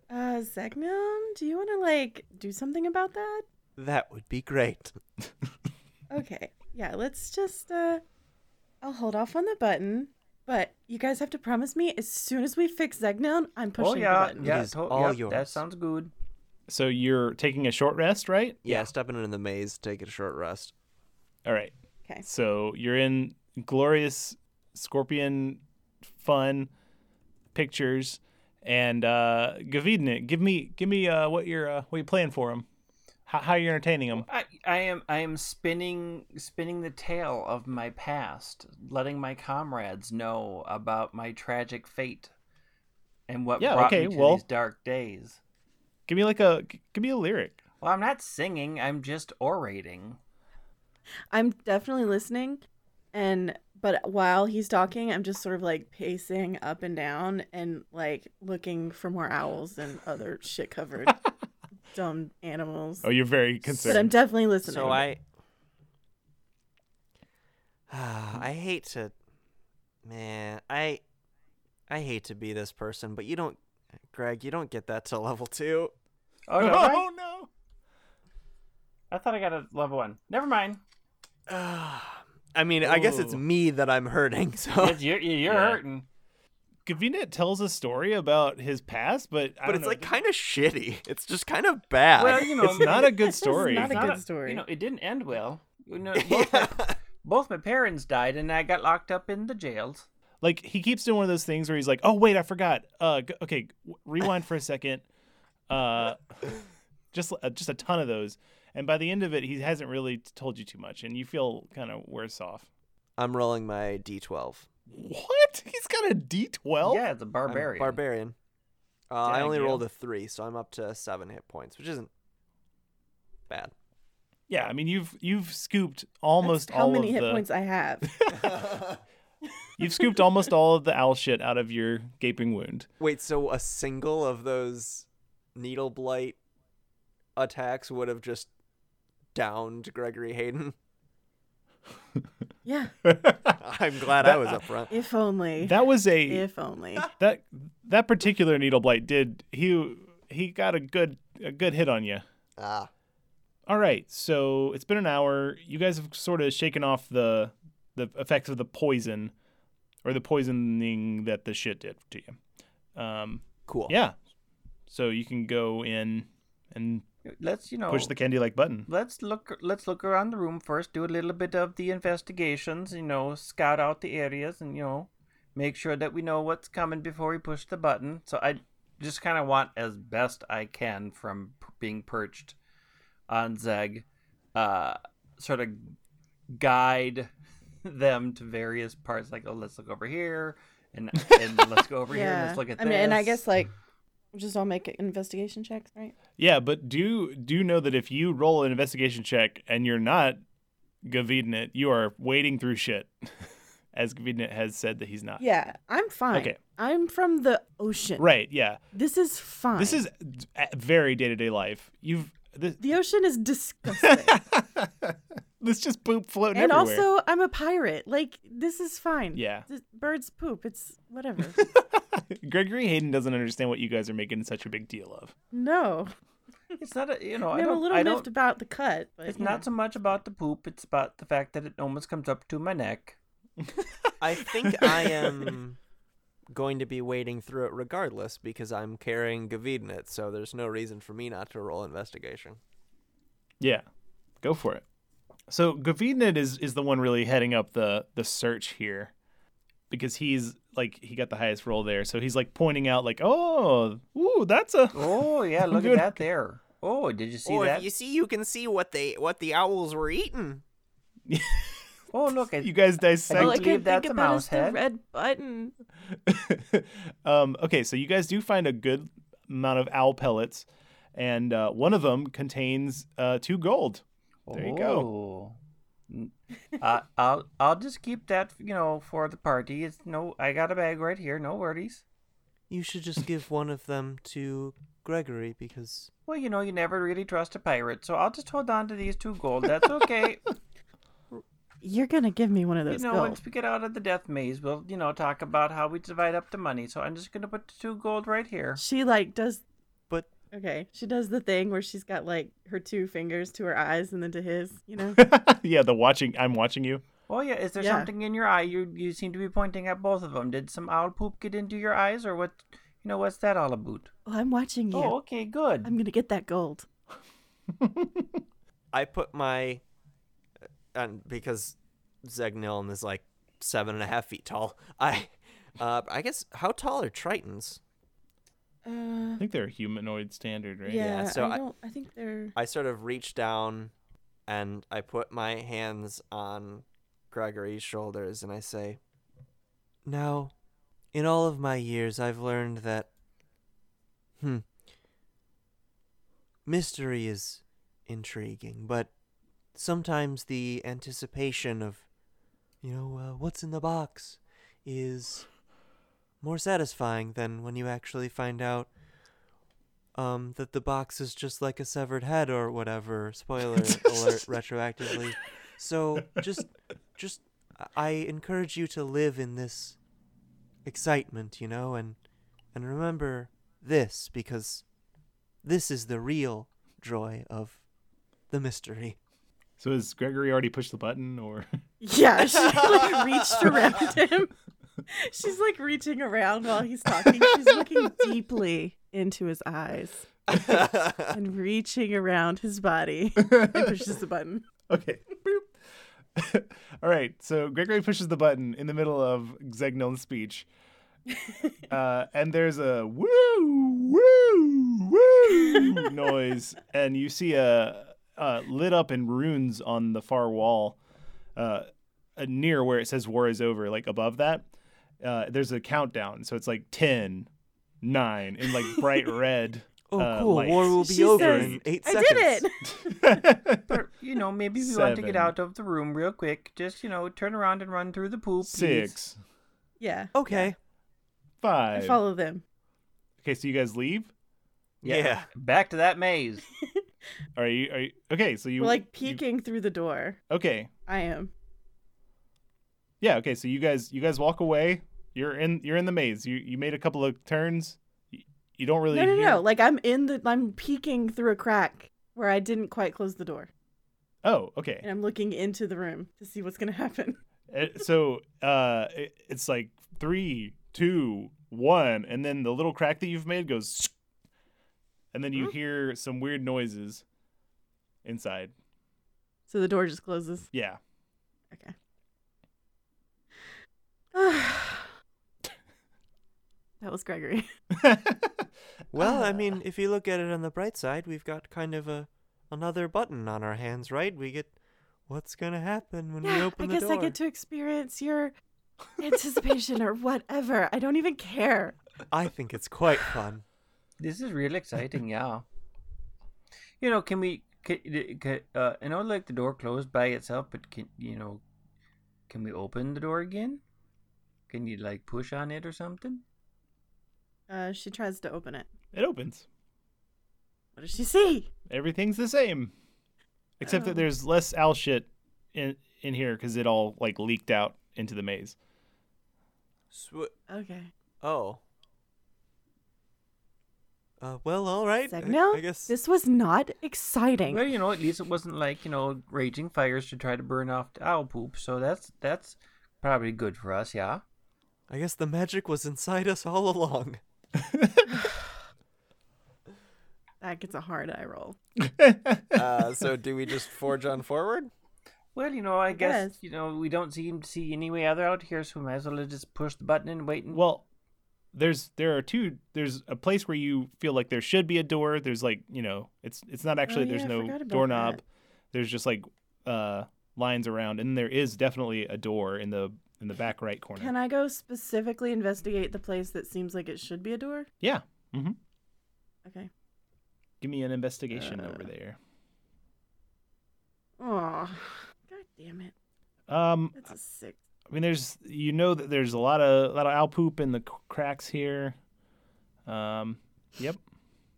Speaker 3: uh, Zegnom, do you want to like do something about that?
Speaker 4: That would be great.
Speaker 3: Okay, yeah, let's just. uh I'll hold off on the button, but you guys have to promise me as soon as we fix Zegnom, I'm pushing
Speaker 1: oh yeah,
Speaker 3: the button.
Speaker 1: yeah,
Speaker 4: is
Speaker 1: to-
Speaker 4: all
Speaker 1: yep, That
Speaker 4: yours.
Speaker 1: sounds good.
Speaker 2: So you're taking a short rest, right?
Speaker 4: Yeah, stepping into the maze, take a short rest.
Speaker 2: All right.
Speaker 3: Okay.
Speaker 2: So you're in glorious scorpion fun pictures and uh Gavidnik, give me give me uh what you're uh, what you playing for him. How how you're entertaining him.
Speaker 1: I, I am I am spinning spinning the tale of my past, letting my comrades know about my tragic fate and what
Speaker 2: Yeah,
Speaker 1: brought
Speaker 2: okay,
Speaker 1: me to
Speaker 2: well-
Speaker 1: these dark days.
Speaker 2: Give me like a give me a lyric. <laughs>
Speaker 1: Well, I'm not singing. I'm just orating.
Speaker 3: I'm definitely listening, and but while he's talking, I'm just sort of like pacing up and down and like looking for more owls and other shit covered dumb animals.
Speaker 2: Oh, you're very
Speaker 3: but
Speaker 2: <laughs>
Speaker 3: I'm
Speaker 2: concerned.
Speaker 3: definitely listening.
Speaker 4: So I. <sighs> I hate to. Man, I. I hate to be this person, but you don't. Greg, you don't get that to level two.
Speaker 1: Oh, no, right?
Speaker 2: Oh no!
Speaker 1: I thought I got a level one. Never mind.
Speaker 4: <sighs> I mean, I guess it's
Speaker 2: Ooh.
Speaker 4: me that I'm hurting, <laughs> so.
Speaker 1: It's- You're, you're
Speaker 2: Yeah.
Speaker 1: hurting.
Speaker 2: Gavinet tells a story about his past, but I
Speaker 4: But
Speaker 2: don't
Speaker 4: it's
Speaker 2: know,
Speaker 4: like kind of shitty. It's just kind of bad.
Speaker 1: Well, you know,
Speaker 2: it's not a good
Speaker 3: <laughs> It's
Speaker 2: story.
Speaker 3: not a
Speaker 1: Not
Speaker 3: good
Speaker 1: a-
Speaker 3: story.
Speaker 1: You know, it didn't end well. You know, both, my, both my parents died, and I got locked up in the jails.
Speaker 2: like he keeps doing one of those things where he's like, "Oh wait, I forgot. Uh, g- okay, w- rewind for a second.
Speaker 4: <laughs>
Speaker 2: Uh, just uh, just a ton of those, and by the end of it, he hasn't really t- told you too much, and you feel kind of worse off.
Speaker 4: I'm rolling my d12.
Speaker 2: What? <laughs> He's got a D twelve.
Speaker 1: yeah, it's a
Speaker 4: I'm
Speaker 1: barbarian.
Speaker 4: barbarian. Uh, I
Speaker 2: Dang,
Speaker 4: only
Speaker 2: Gil.
Speaker 4: rolled a three, so I'm up to seven hit points, which isn't bad.
Speaker 2: Yeah, I mean you've you've scooped almost
Speaker 3: That's how
Speaker 2: all
Speaker 3: many
Speaker 2: of
Speaker 3: hit
Speaker 2: the
Speaker 3: points I have.
Speaker 2: you've scooped almost all of the owl shit out of your gaping
Speaker 4: <laughs>
Speaker 2: wound.
Speaker 4: Wait, so a single of those needle blight attacks would have just downed Gregory Hayden?
Speaker 3: yeah,
Speaker 4: <laughs> I'm glad I was <laughs> up front.
Speaker 3: if only.
Speaker 2: That was a
Speaker 3: if only.
Speaker 2: that that particular needle blight did he he got a good a good hit on you.
Speaker 4: Ah,
Speaker 2: All right, so it's been an hour. You guys have sort of shaken off the the effects of the poison or the poisoning that the shit did to you. Um,
Speaker 4: cool.
Speaker 2: yeah, so you can go in and
Speaker 1: Let's you know
Speaker 2: push the candy like button.
Speaker 1: let's look let's look around the room first do a little bit of the investigations you know scout out the areas and you know make sure that we know what's coming before we push the button so i just kind of want as best i can from p- being perched on zeg uh sort of guide <laughs> them to various parts like oh let's look over here and, and let's go over here and
Speaker 3: <laughs> yeah.
Speaker 1: let's look at
Speaker 3: I mean, and I
Speaker 1: this.
Speaker 3: guess like just all make investigation checks, right?
Speaker 2: Yeah, but do do know that if you roll an investigation check and you're not Gavidnet, you are wading through shit, <laughs> as Gavidnet has said that he's not.
Speaker 3: Yeah, I'm fine.
Speaker 2: Okay.
Speaker 3: I'm from the ocean.
Speaker 2: Right. Yeah.
Speaker 3: This is fine.
Speaker 2: This is uh, very day to day life. You've this, <laughs>
Speaker 3: the ocean
Speaker 1: <laughs>
Speaker 3: is disgusting.
Speaker 2: this just poop floating
Speaker 3: and
Speaker 2: everywhere.
Speaker 3: also, I'm a pirate. Like this is fine.
Speaker 2: Yeah.
Speaker 3: Th- birds poop. It's whatever.
Speaker 1: <laughs> Oh,
Speaker 2: Gregory Hayden doesn't understand what you guys are making such a big deal of.
Speaker 3: no,
Speaker 1: it's not a you know
Speaker 3: I
Speaker 1: i
Speaker 3: am a
Speaker 1: don't
Speaker 3: little
Speaker 1: I
Speaker 3: miffed
Speaker 1: don't
Speaker 3: about the cut, but
Speaker 1: it's
Speaker 3: you
Speaker 1: not
Speaker 3: know.
Speaker 1: so much about the poop it's about the fact that it almost comes up to my neck
Speaker 4: I think I am going to be wading through it regardless because I'm carrying Gavidnit, so there's no reason for me not to roll investigation.
Speaker 2: Yeah, go for it. So Gavidnet is is the one really heading up the the search here, because he's like he got the highest roll there. So he's like pointing out like, oh, ooh, that's a
Speaker 1: Oh
Speaker 2: <laughs>
Speaker 1: yeah, look
Speaker 2: Good.
Speaker 1: at that there. Oh, did you see
Speaker 4: oh,
Speaker 1: that?
Speaker 4: you see, you can see what they what the owls were eating.
Speaker 1: Oh look, I,
Speaker 2: <laughs> you guys
Speaker 3: All I
Speaker 1: like
Speaker 2: dissect.
Speaker 1: believe
Speaker 3: can think
Speaker 1: that's a
Speaker 3: about
Speaker 1: mouse
Speaker 3: is the
Speaker 1: head.
Speaker 3: red button.
Speaker 2: <laughs> um, okay, so you guys do find a good amount of owl pellets, and uh, one of them contains uh, two gold. <laughs> There you go.
Speaker 1: Oh. N- I, I'll I'll just keep that you know for the party. It's no, I got a bag right here. No worries.
Speaker 4: You should just give one of them to Gregory because
Speaker 1: Well, you know, you never really trust a pirate, so I'll just hold on to these two gold. That's
Speaker 2: <laughs>
Speaker 1: okay.
Speaker 3: You're gonna give me one of
Speaker 1: you
Speaker 3: those.
Speaker 1: know,
Speaker 3: gold.
Speaker 1: once we get out of the death maze, we'll you know talk about how we divide up the money. So I'm just gonna put the two gold right here.
Speaker 3: She like does
Speaker 4: But
Speaker 3: okay. She does the thing where she's got like her two fingers to her eyes and then to his. You know.
Speaker 2: yeah, the watching. I'm watching you.
Speaker 1: Oh yeah, is there
Speaker 3: Yeah.
Speaker 1: something in your eye? You you seem to be pointing at both of them. Did some owl poop get into your eyes, or what? You know what's that all about?
Speaker 3: oh, I'm watching you.
Speaker 1: Oh, okay, good.
Speaker 3: I'm gonna get that gold.
Speaker 4: I put my uh, and because Zegniln is like seven and a half feet tall. I uh, I guess how tall are Tritons?
Speaker 3: Uh,
Speaker 2: I think they're humanoid standard, right?
Speaker 3: yeah,
Speaker 4: Yeah, so
Speaker 3: I,
Speaker 4: I-
Speaker 3: don't. I think they're.
Speaker 4: I sort of reach down and I put my hands on Gregory's shoulders and I say, Now, in all of my years, I've learned that, hmm, mystery is intriguing, but sometimes the anticipation of, you know, uh, what's in the box is more satisfying than when you actually find out um, that the box is just like a severed head or
Speaker 3: <laughs>
Speaker 4: whatever. Spoiler alert, retroactively. So just, just, I- I encourage you to live in this excitement, you know, and and remember this because this is the real joy of the mystery.
Speaker 2: So has Gregory already pushed the button, or <laughs>
Speaker 3: <laughs> Yeah, she like reached <laughs> around him. She's like reaching around while he's talking. She's <laughs> looking deeply into his eyes and reaching around his body and pushes the button.
Speaker 2: okay? <laughs> Boop. <laughs> All right. So Gregory pushes the button in the middle of Zegnil's
Speaker 4: <laughs>
Speaker 2: speech, uh, and there's a woo woo woo <laughs> noise, and you see a uh, lit up in runes on the far wall, uh, uh, near where it says "War is over." Like above that, uh, there's a countdown. So it's like ten, nine, in like
Speaker 4: <laughs>
Speaker 2: bright red.
Speaker 4: Oh,
Speaker 2: uh,
Speaker 4: cool!
Speaker 2: lights.
Speaker 4: War will be
Speaker 3: She
Speaker 4: over
Speaker 3: says,
Speaker 4: in eight
Speaker 3: I
Speaker 4: seconds.
Speaker 3: did it.
Speaker 1: <laughs>
Speaker 3: <laughs>
Speaker 2: <laughs>
Speaker 1: Or, you know, maybe we want to get
Speaker 2: Seven.
Speaker 1: out of the room real quick. Just, you know, turn around and run through the pool. please.
Speaker 2: Six,
Speaker 3: Yeah.
Speaker 4: Okay.
Speaker 3: I
Speaker 2: five.
Speaker 3: follow them.
Speaker 2: Okay, so you guys leave.
Speaker 4: Yeah.
Speaker 1: Back to that maze.
Speaker 2: Are you? Are you? Okay, so you
Speaker 3: We're like
Speaker 2: you-
Speaker 3: peeking through the door.
Speaker 2: okay,
Speaker 3: I am.
Speaker 2: yeah. Okay, so you guys, you guys walk away. You're in. You're in the maze. You you made a couple of turns. You, you don't really.
Speaker 3: No, no,
Speaker 2: hear-
Speaker 3: no. Like I'm in the. I'm peeking through a crack where I didn't quite close the door,
Speaker 2: Oh, okay.
Speaker 3: and I'm looking into the room to see what's gonna happen. <laughs>
Speaker 2: Uh, so uh, it, it's like three, two, one, and then the little crack that you've made goes, <sniffs> and then you hear some weird noises inside.
Speaker 3: So the door just closes.
Speaker 2: Yeah.
Speaker 3: Okay. <sighs> that was Gregory.
Speaker 4: Well, I
Speaker 2: Ah.
Speaker 4: mean, if you look at it on the bright side, we've got kind of a another button on our hands, right? We get what's gonna happen <laughs> when we
Speaker 3: yeah,
Speaker 4: open
Speaker 3: I
Speaker 4: the
Speaker 3: guess
Speaker 4: door.
Speaker 3: I get to experience
Speaker 4: <laughs>
Speaker 3: your anticipation or whatever. I don't even care.
Speaker 4: I think it's quite fun.
Speaker 1: This is real exciting, yeah. You know, can we? Can, can, uh, I know, like the door closed by itself, but can you know? Can we open the door again? Can you like push on it or something?
Speaker 3: Uh, she tries to open it.
Speaker 2: It opens.
Speaker 3: What does she see?
Speaker 2: Everything's the same, except
Speaker 3: Oh.
Speaker 2: that there's less owl shit in in here because it all like leaked out into the
Speaker 3: <laughs>
Speaker 2: maze.
Speaker 4: Sw-
Speaker 3: Okay.
Speaker 4: oh. Uh, well, all right. I-
Speaker 3: Signal?
Speaker 4: I, guess.
Speaker 3: This was not exciting.
Speaker 1: Well, you know, at least it wasn't like you know raging fires to try to burn off the owl poop. So that's that's probably good for us, yeah.
Speaker 4: I guess the magic was inside us all along. <laughs>
Speaker 3: That gets a hard eye roll.
Speaker 4: uh, so do we just forge on forward?
Speaker 1: Well, you know, I guess
Speaker 3: guess.
Speaker 1: you know we don't seem to see any way other out here, so we might as well just push the button and wait. And...
Speaker 2: Well, there's there are two. There's a place where you feel like there should be a door. There's like you know, it's it's not actually.
Speaker 3: Oh, yeah, I
Speaker 2: there's
Speaker 3: forgot
Speaker 2: no
Speaker 3: about
Speaker 2: doorknob.
Speaker 3: that.
Speaker 2: There's just like uh lines around, and there is definitely a door in the in the back right corner.
Speaker 3: Can I go specifically investigate the place that seems like it should be a door?
Speaker 2: Yeah. Mm-hmm.
Speaker 3: Okay.
Speaker 2: Give me an investigation over
Speaker 3: Uh.
Speaker 2: there.
Speaker 3: Oh, god damn it.
Speaker 2: Um,
Speaker 3: That's a six.
Speaker 2: I mean, there's you know that there's a lot of lot of owl poop in the c- cracks here. Um, yep.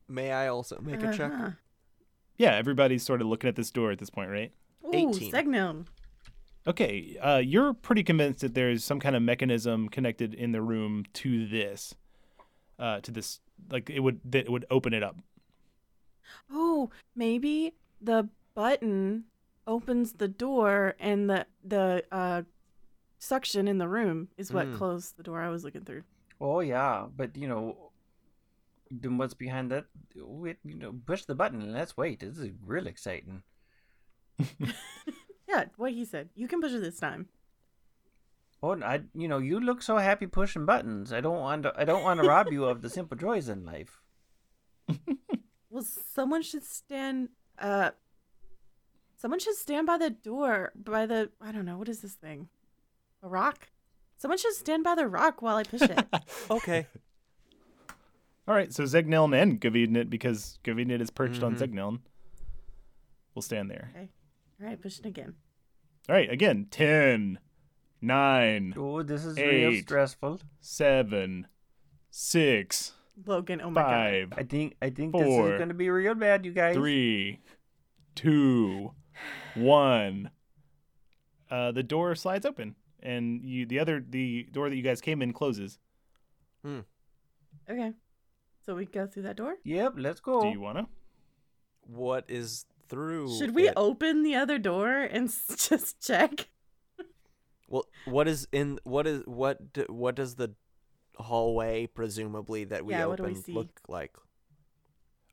Speaker 4: May I also make a check?
Speaker 3: Uh-huh.
Speaker 2: Yeah, everybody's sort of looking at this door at this point, right?
Speaker 3: Ooh,
Speaker 4: 18.
Speaker 3: Segnum.
Speaker 2: Okay, uh, you're pretty convinced that there's some kind of mechanism connected in the room to this, uh, to this, like it would that it would open it up.
Speaker 3: Oh, maybe the button opens the door and the the uh suction in the room is what
Speaker 4: Mm.
Speaker 3: closed the door I was looking through.
Speaker 1: Oh yeah, but you know, then what's behind that? Wait, you know, push the button and let's wait. This is real exciting.
Speaker 3: Yeah, what he said. You can push it this time.
Speaker 1: Oh, and I, you know, you look so happy pushing buttons. I don't want to. I don't want to rob you of the simple joys in life.
Speaker 3: Well, someone should stand uh someone should stand by the door by the I don't know, what is this thing? A rock? Someone should stand by the rock while I push
Speaker 4: <laughs>
Speaker 3: it.
Speaker 4: Okay.
Speaker 2: <laughs> All right, so Zegniln and Gavidnit, because Gavidnit is perched on Zegniln, will stand there.
Speaker 3: Okay. All right, pushing again.
Speaker 2: All right, again. ten, nine,
Speaker 1: Oh, this is real
Speaker 2: Eight.
Speaker 1: stressful.
Speaker 2: seven, six,
Speaker 3: Logan, oh my
Speaker 2: five,
Speaker 1: I think I think this
Speaker 2: Four.
Speaker 1: is gonna be real bad, you guys.
Speaker 2: three, two, one. Uh, the door slides open, and you the other the door that you guys came in closes.
Speaker 4: Hmm.
Speaker 3: god. Okay. So we go through that door?
Speaker 1: Yep, let's go.
Speaker 2: Do you wanna?
Speaker 4: What is through?
Speaker 3: Should we
Speaker 4: it?
Speaker 3: open the other door and s- <laughs> just check?
Speaker 4: Well, what is in? What is what? Do, what does the hallway presumably that we
Speaker 3: Yeah, what do we
Speaker 4: opened
Speaker 3: see?
Speaker 4: look like?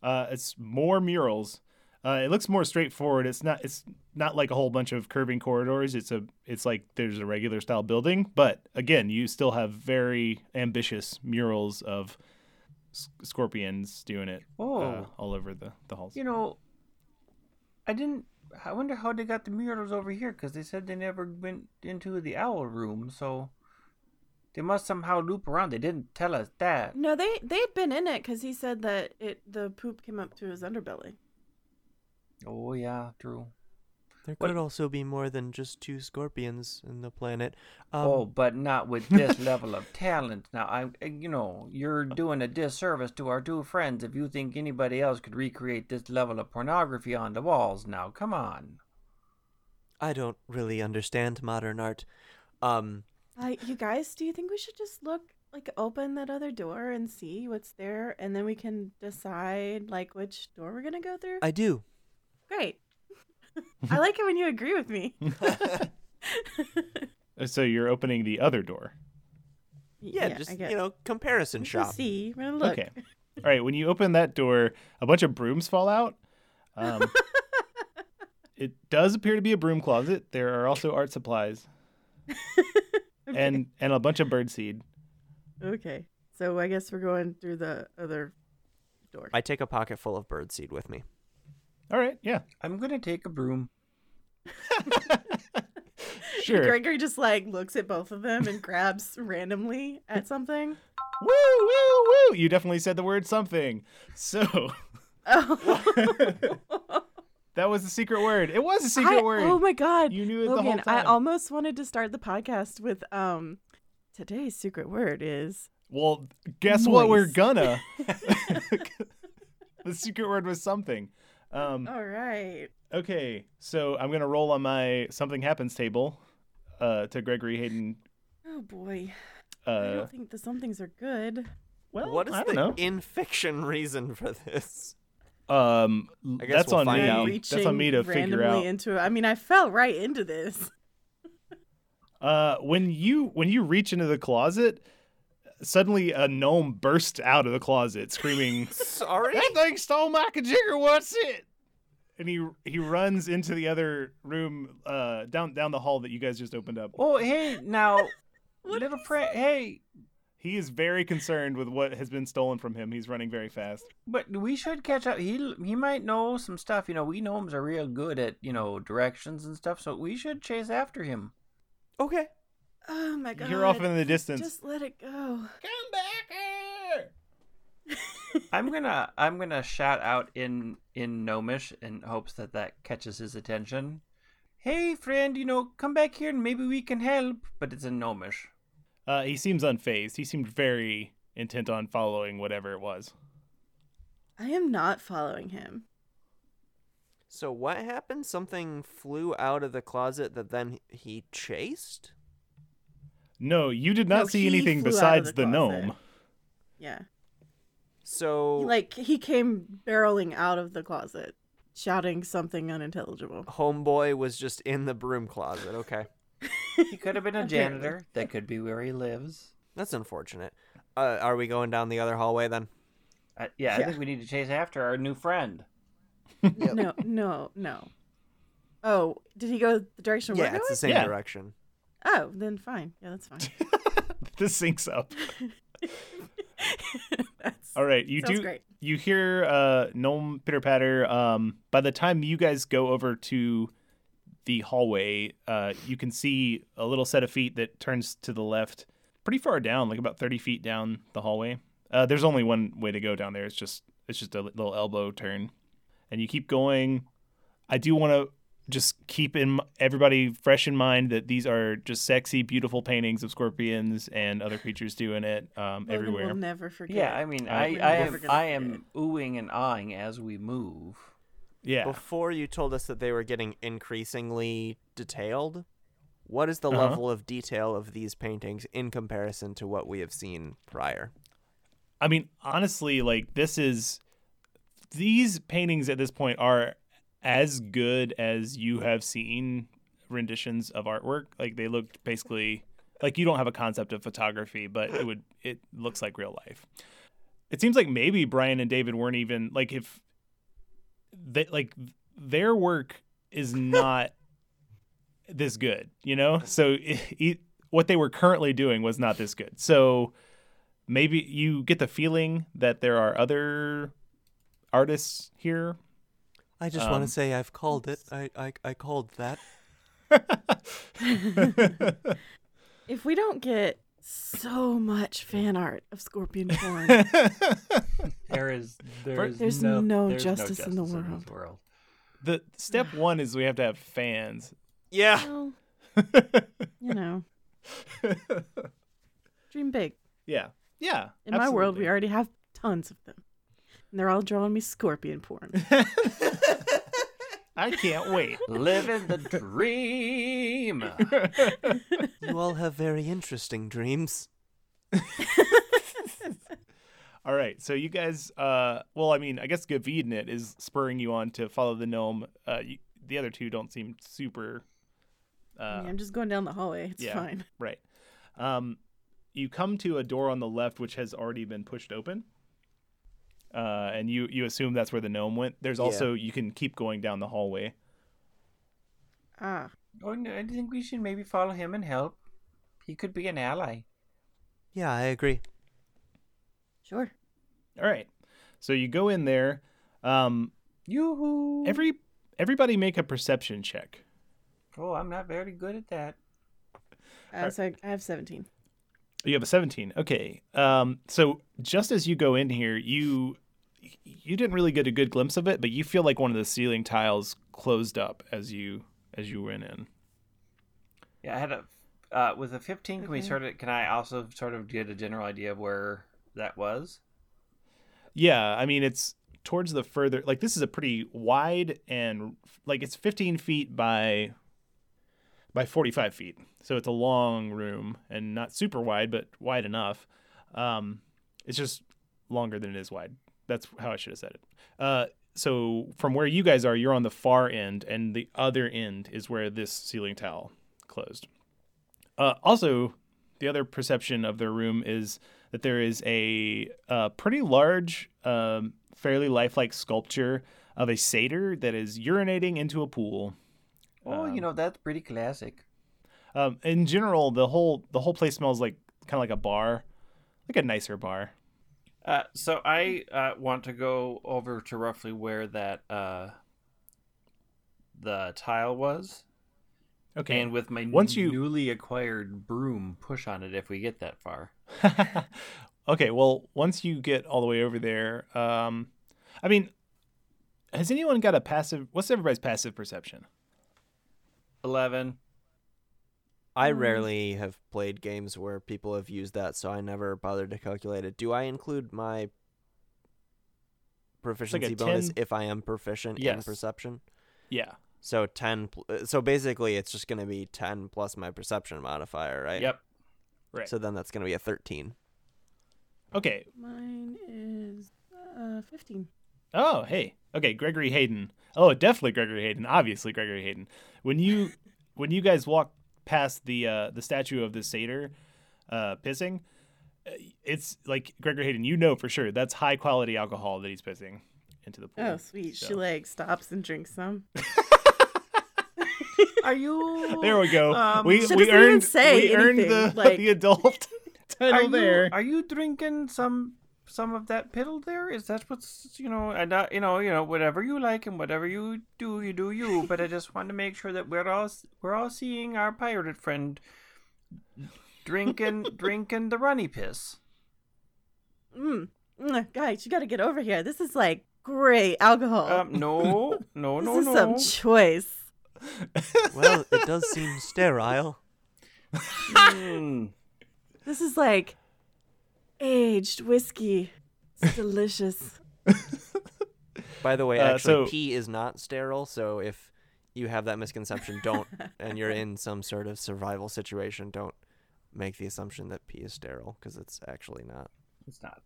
Speaker 2: Uh, it's more murals. Uh, it looks more straightforward. It's not. It's not like a whole bunch of curving corridors. It's a. It's like there's a regular style building, but again, you still have very ambitious murals of s- scorpions doing it
Speaker 1: oh,
Speaker 2: uh, all over the the halls.
Speaker 1: you know, I didn't. I wonder how they got the murals over here because they said they never went into the owl room, so they must somehow loop around. They didn't tell us that.
Speaker 3: No, they they'd been in it because he said that it the poop came up to his underbelly.
Speaker 1: Oh yeah, true.
Speaker 4: There
Speaker 1: What-
Speaker 4: could also be more than just two scorpions in the planet. Um,
Speaker 1: oh, but not with this level of talent. Now I, you know, you're doing a disservice to our two friends if you think anybody else could recreate this level of pornography on the walls. Now, come on.
Speaker 4: I don't really understand modern art. Um,
Speaker 3: Uh, you guys, do you think we should just look like open that other door and see what's there, and then we can decide like which door we're gonna go through?
Speaker 4: I do. <laughs>
Speaker 3: Great. I like it when you agree with me.
Speaker 2: Uh, So you're opening the other door.
Speaker 4: Yeah, just
Speaker 3: I get-
Speaker 4: you know, comparison
Speaker 3: We'll
Speaker 4: shop.
Speaker 3: see. We're gonna look.
Speaker 2: Okay. All right. When you open that door, a bunch of brooms fall out.
Speaker 3: <laughs>
Speaker 2: Um, it does appear to be a broom closet. There are also art
Speaker 3: <laughs>
Speaker 2: supplies
Speaker 3: Okay.
Speaker 2: and and a bunch of birdseed.
Speaker 3: <laughs> okay. So I guess we're going through the other door.
Speaker 4: I take a pocket full of birdseed with me.
Speaker 2: All right.
Speaker 3: <laughs>
Speaker 2: Yeah.
Speaker 1: I'm gonna take a broom.
Speaker 2: Sure.
Speaker 3: Gregory just like looks at both of them and grabs randomly
Speaker 2: <laughs>
Speaker 3: at something.
Speaker 2: Woo, woo, woo. You definitely said the word something. So <laughs>
Speaker 3: Oh,
Speaker 2: that was the secret word. It was a secret
Speaker 3: I-
Speaker 2: word.
Speaker 3: Oh my god.
Speaker 2: You knew it the whole
Speaker 3: Logan, I
Speaker 2: time.
Speaker 3: almost wanted to start the podcast with um today's secret word is
Speaker 2: well, guess what? We're
Speaker 3: Moist. <laughs>
Speaker 2: gonna. <laughs> the secret word was something. Um,
Speaker 3: All right.
Speaker 2: Okay, so I'm gonna roll on my something happens table uh, to Gregory Hayden.
Speaker 3: Oh boy. I
Speaker 2: Uh,
Speaker 3: don't think the somethings are good.
Speaker 2: well,
Speaker 4: what is
Speaker 2: I
Speaker 4: the
Speaker 2: don't know.
Speaker 4: in fiction reason for this? <laughs>
Speaker 2: um,
Speaker 4: I guess
Speaker 2: that's
Speaker 4: we'll
Speaker 2: on
Speaker 4: find
Speaker 2: me.
Speaker 4: out.
Speaker 2: That's on me to figure
Speaker 3: randomly
Speaker 2: out.
Speaker 3: into I mean, I fell right into this. <laughs>
Speaker 2: uh, when you when you reach into the closet, suddenly a gnome bursts out of the closet
Speaker 4: <laughs>
Speaker 2: screaming,
Speaker 4: Sorry.
Speaker 2: "That thing stole my kajigger! What's it?" And he he runs into the other room uh, down down the hall that you guys just opened up.
Speaker 1: Oh, hey, now,
Speaker 3: <laughs> What
Speaker 1: little friend, hey,
Speaker 2: He is very concerned with what has been stolen from him. He's running very fast.
Speaker 1: but we should catch up. He he might know some stuff. You know, we gnomes are real good at you know directions and stuff, so we should chase after
Speaker 3: <laughs>
Speaker 1: him.
Speaker 4: Okay.
Speaker 3: Oh my god.
Speaker 2: You're off in the distance.
Speaker 3: Just let it go.
Speaker 2: Come back here!
Speaker 1: I'm gonna I'm gonna shout out in in gnomish in hopes that that catches his attention. Hey, friend, you know, come back here and maybe we can help. But it's in gnomish.
Speaker 2: Uh, he seems unfazed. He seemed very intent on following whatever it was.
Speaker 3: I am not following him.
Speaker 4: So what happened? Something flew out of the closet that then he chased.
Speaker 2: No, you did not
Speaker 3: No,
Speaker 2: see
Speaker 3: he
Speaker 2: anything
Speaker 3: flew out of
Speaker 2: besides
Speaker 3: the
Speaker 2: the,
Speaker 3: closet.
Speaker 2: gnome.
Speaker 3: Yeah.
Speaker 4: So
Speaker 3: He, like he came barreling out of the closet shouting something unintelligible.
Speaker 4: homeboy was just in the broom closet. Okay,
Speaker 1: He could have been
Speaker 3: <laughs>
Speaker 1: a
Speaker 3: Apparently.
Speaker 1: janitor. That could be where he lives.
Speaker 4: that's unfortunate. Uh, are we going down the other hallway then?
Speaker 1: Uh, yeah,
Speaker 3: Yeah.
Speaker 1: I think we need to chase after our new friend.
Speaker 3: No, no, no. Oh, did he go the direction we're
Speaker 4: yeah,
Speaker 3: going?
Speaker 4: it's the same
Speaker 2: Yeah.
Speaker 4: direction.
Speaker 3: Oh, then fine. Yeah, that's fine.
Speaker 2: <laughs> This sinks up.
Speaker 3: that's...
Speaker 2: All right, you
Speaker 3: Sounds
Speaker 2: do.
Speaker 3: great.
Speaker 2: You hear uh, gnome pitter patter. Um, by the time you guys go over to the hallway, uh, you can see a little set of feet that turns to the left, pretty far down, like about thirty feet down the hallway. Uh, there's only one way to go down there. It's just it's just a little elbow turn, and you keep going. I do want to just keep in everybody fresh in mind that these are just sexy, beautiful paintings of scorpions and other creatures doing it um,
Speaker 3: Logan
Speaker 2: everywhere.
Speaker 3: will never forget.
Speaker 1: Yeah, I mean,
Speaker 2: Uh,
Speaker 1: I,
Speaker 3: we're
Speaker 1: I
Speaker 3: never
Speaker 1: am,
Speaker 3: gonna
Speaker 1: I
Speaker 3: forget
Speaker 1: am oohing and awing as we move.
Speaker 2: yeah,
Speaker 4: Before you told us that they were getting increasingly detailed, what is the
Speaker 2: Uh-huh.
Speaker 4: level of detail of these paintings in comparison to what we have seen prior?
Speaker 2: I mean, honestly, like this is these paintings at this point are as good as you have seen renditions of artwork. Like they looked basically like you don't have a concept of photography, but it would it looks like real life. It seems like maybe Brian and David weren't even like if they like their work is not this good, you know? So <laughs> it, it, what they were currently doing was not this good. So maybe you get the feeling that there are other artists here.
Speaker 4: I just want
Speaker 2: Um,
Speaker 4: to say I've called it. I, I, I called that.
Speaker 3: If we don't get so much fan art
Speaker 2: <laughs>
Speaker 3: of scorpion porn,
Speaker 1: There <laughs> is there
Speaker 2: For-
Speaker 1: is
Speaker 3: There's
Speaker 1: no,
Speaker 3: no
Speaker 1: there's
Speaker 3: justice in the
Speaker 1: justice this
Speaker 3: world.
Speaker 1: world.
Speaker 2: the step 1 is we have to have fans.
Speaker 4: Yeah.
Speaker 3: well,
Speaker 2: <laughs>
Speaker 3: you know, dream big.
Speaker 2: yeah. Yeah.
Speaker 3: In my world, we already have tons of them, and they're all drawing me scorpion porn.
Speaker 2: I can't
Speaker 3: <laughs>
Speaker 2: wait.
Speaker 1: Living <laughs> the <laughs> dream.
Speaker 4: You all have very interesting dreams.
Speaker 2: All right, so you guys, uh, well, I mean, I guess Gavidin it is spurring you on to follow the gnome. Uh, you, the other two don't seem super.
Speaker 3: I
Speaker 2: Uh,
Speaker 3: mean, I'm just going down the hallway. It's
Speaker 2: yeah.
Speaker 3: fine.
Speaker 2: Right. Um, you come to a door on the left which has already been pushed open. Uh, and you you assume that's where the gnome went. There's
Speaker 4: Yeah.
Speaker 2: also you can keep going down the hallway.
Speaker 3: Ah,
Speaker 1: Oh, no, I think we should maybe follow him and help. He could be an ally.
Speaker 4: Yeah, I agree.
Speaker 3: sure.
Speaker 2: All right. So you go in there. Um,
Speaker 1: Yoo-hoo.
Speaker 2: every everybody make a perception check.
Speaker 1: Oh, I'm not very good at that.
Speaker 3: Uh, so I, I have 17.
Speaker 2: You have a 17. Okay. Um, so just as you go in here, you you didn't really get a good glimpse of it, but you feel like one of the ceiling tiles closed up as you as you went in.
Speaker 1: Yeah, I had a uh, with a 15. Can we
Speaker 3: Okay.
Speaker 1: sort of? Can I also sort of get a general idea of where that was?
Speaker 2: Yeah, I mean it's towards the further like this is a pretty wide and like it's 15 feet by by 45 feet. So it's a long room and not super wide, but wide enough. Um, it's just longer than it is wide. That's how I should have said it. Uh, so from where you guys are, you're on the far end, and the other end is where this ceiling tile closed. Uh, also, the other perception of their room is that there is a, uh pretty large, um, fairly lifelike sculpture of a satyr that is urinating into a pool.
Speaker 1: Oh, you know that's pretty classic.
Speaker 2: Um, in general, the whole the whole place smells like kind of like a bar, like a nicer bar.
Speaker 1: Uh, so I uh, want to go over to roughly where that uh, the tile was,
Speaker 2: Okay.
Speaker 1: and with my
Speaker 2: Once you-
Speaker 1: newly acquired broom, push on it if we get that far.
Speaker 2: <laughs> okay. Well, once you get all the way over there, um, I mean, has anyone got a passive? What's everybody's passive perception?
Speaker 1: Eleven.
Speaker 4: I
Speaker 2: Oh,
Speaker 3: Mm.
Speaker 4: rarely have played games where people have used that, so I never bothered to calculate it. Do I include my proficiency bonus
Speaker 2: 10?
Speaker 4: if I am proficient in
Speaker 2: Yes.
Speaker 4: perception?
Speaker 2: Yeah.
Speaker 4: So 10 pl- uh, so basically it's just going to be 10 plus my perception modifier, right?
Speaker 1: Yep.
Speaker 2: Right.
Speaker 4: So then that's going to be a 13.
Speaker 2: okay.
Speaker 3: Mine is uh, 15.
Speaker 2: Oh, hey. Okay, Gregory Hayden. Oh, definitely Gregory Hayden. Obviously Gregory Hayden. When you when you guys walk past the uh, the statue of the satyr uh, pissing, uh, it's like Gregory Hayden. You know for sure that's high quality alcohol that he's pissing into the pool.
Speaker 3: Oh, sweet. She
Speaker 2: So-
Speaker 3: like stops and drinks some.
Speaker 1: <laughs> Are you?
Speaker 2: <laughs> There we go.
Speaker 1: Um,
Speaker 2: we
Speaker 3: she
Speaker 2: we
Speaker 3: doesn't even
Speaker 2: earned
Speaker 3: say
Speaker 2: we earned the <laughs>
Speaker 3: anything, like-
Speaker 2: the
Speaker 3: <laughs>
Speaker 2: adult
Speaker 1: Are
Speaker 2: title
Speaker 1: you,
Speaker 2: there.
Speaker 1: Are you drinking some some of that piddle there? Is that what's you know? And uh, you know, you know, whatever you like and whatever you do, you do
Speaker 2: <laughs>
Speaker 1: you. But I just want to make sure that we're all we're all seeing our pirate friend
Speaker 2: <laughs>
Speaker 1: drinking drinking the runny piss.
Speaker 3: Mm. Mm, guys, you got to get over <laughs> here. This is like great alcohol.
Speaker 1: Um, no, no,
Speaker 3: this
Speaker 1: no,
Speaker 3: is
Speaker 1: no.
Speaker 3: some choice.
Speaker 4: Well, it does seem sterile.
Speaker 1: Hmm.
Speaker 3: This is like aged whiskey.
Speaker 1: <laughs>
Speaker 3: It's delicious.
Speaker 4: By the way,
Speaker 2: Uh,
Speaker 4: actually,
Speaker 2: so-
Speaker 4: pee is not sterile. So if you have that misconception, don't, and you're in some sort of survival situation, don't make the assumption that pee is sterile because it's actually not.
Speaker 1: It's not.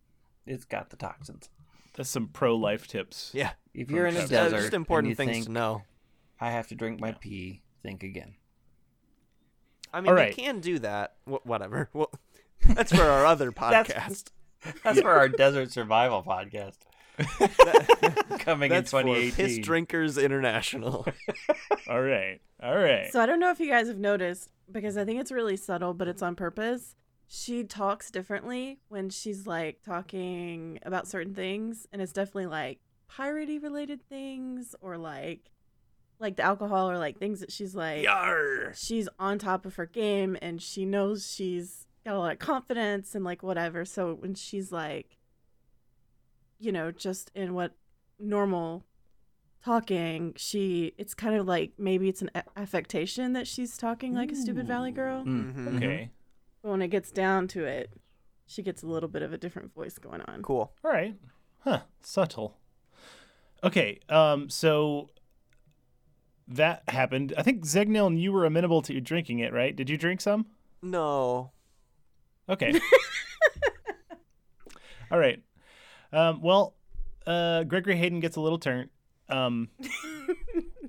Speaker 1: It's got the toxins.
Speaker 2: That's some pro life tips.
Speaker 4: Yeah,
Speaker 1: If you're in a
Speaker 4: just, uh,
Speaker 1: desert,
Speaker 4: just
Speaker 1: and
Speaker 4: important
Speaker 1: you
Speaker 4: things
Speaker 1: think,
Speaker 4: to know.
Speaker 1: I have to drink my pee. Think <laughs> again.
Speaker 4: I mean,
Speaker 2: All
Speaker 4: you
Speaker 2: right.
Speaker 4: can do that. Wh- whatever. <laughs> Well, that's for our other podcast.
Speaker 1: That's for our desert survival <laughs> podcast coming
Speaker 4: That's
Speaker 1: in
Speaker 4: for Piss
Speaker 1: 2018.
Speaker 2: <laughs>
Speaker 4: Drinkers International.
Speaker 2: All right. All right.
Speaker 3: So I don't know if you guys have noticed because I think it's really subtle, but it's on purpose. She talks differently when she's like talking about certain things, and it's definitely like piratey related things or like like the alcohol or like things that she's like
Speaker 2: Yarr.
Speaker 3: she's on top of her game and she knows she's got a lot of confidence and like whatever. So when she's like, you know, just in what normal talking, she it's kind of like maybe it's an a- affectation that she's talking like a stupid valley girl.
Speaker 1: Mm.
Speaker 4: Mm-hmm.
Speaker 2: Okay.
Speaker 3: But when it gets down to it, she gets a little bit of a different voice going on.
Speaker 4: Cool.
Speaker 2: All right. Huh. Subtle. Okay. Um. So that happened. I think Zegnil and you were amenable to drinking it, right? Did you drink some?
Speaker 4: No.
Speaker 3: <laughs>
Speaker 2: Okay. All right. Um, well, uh, Gregory Hayden gets a little turnt, um,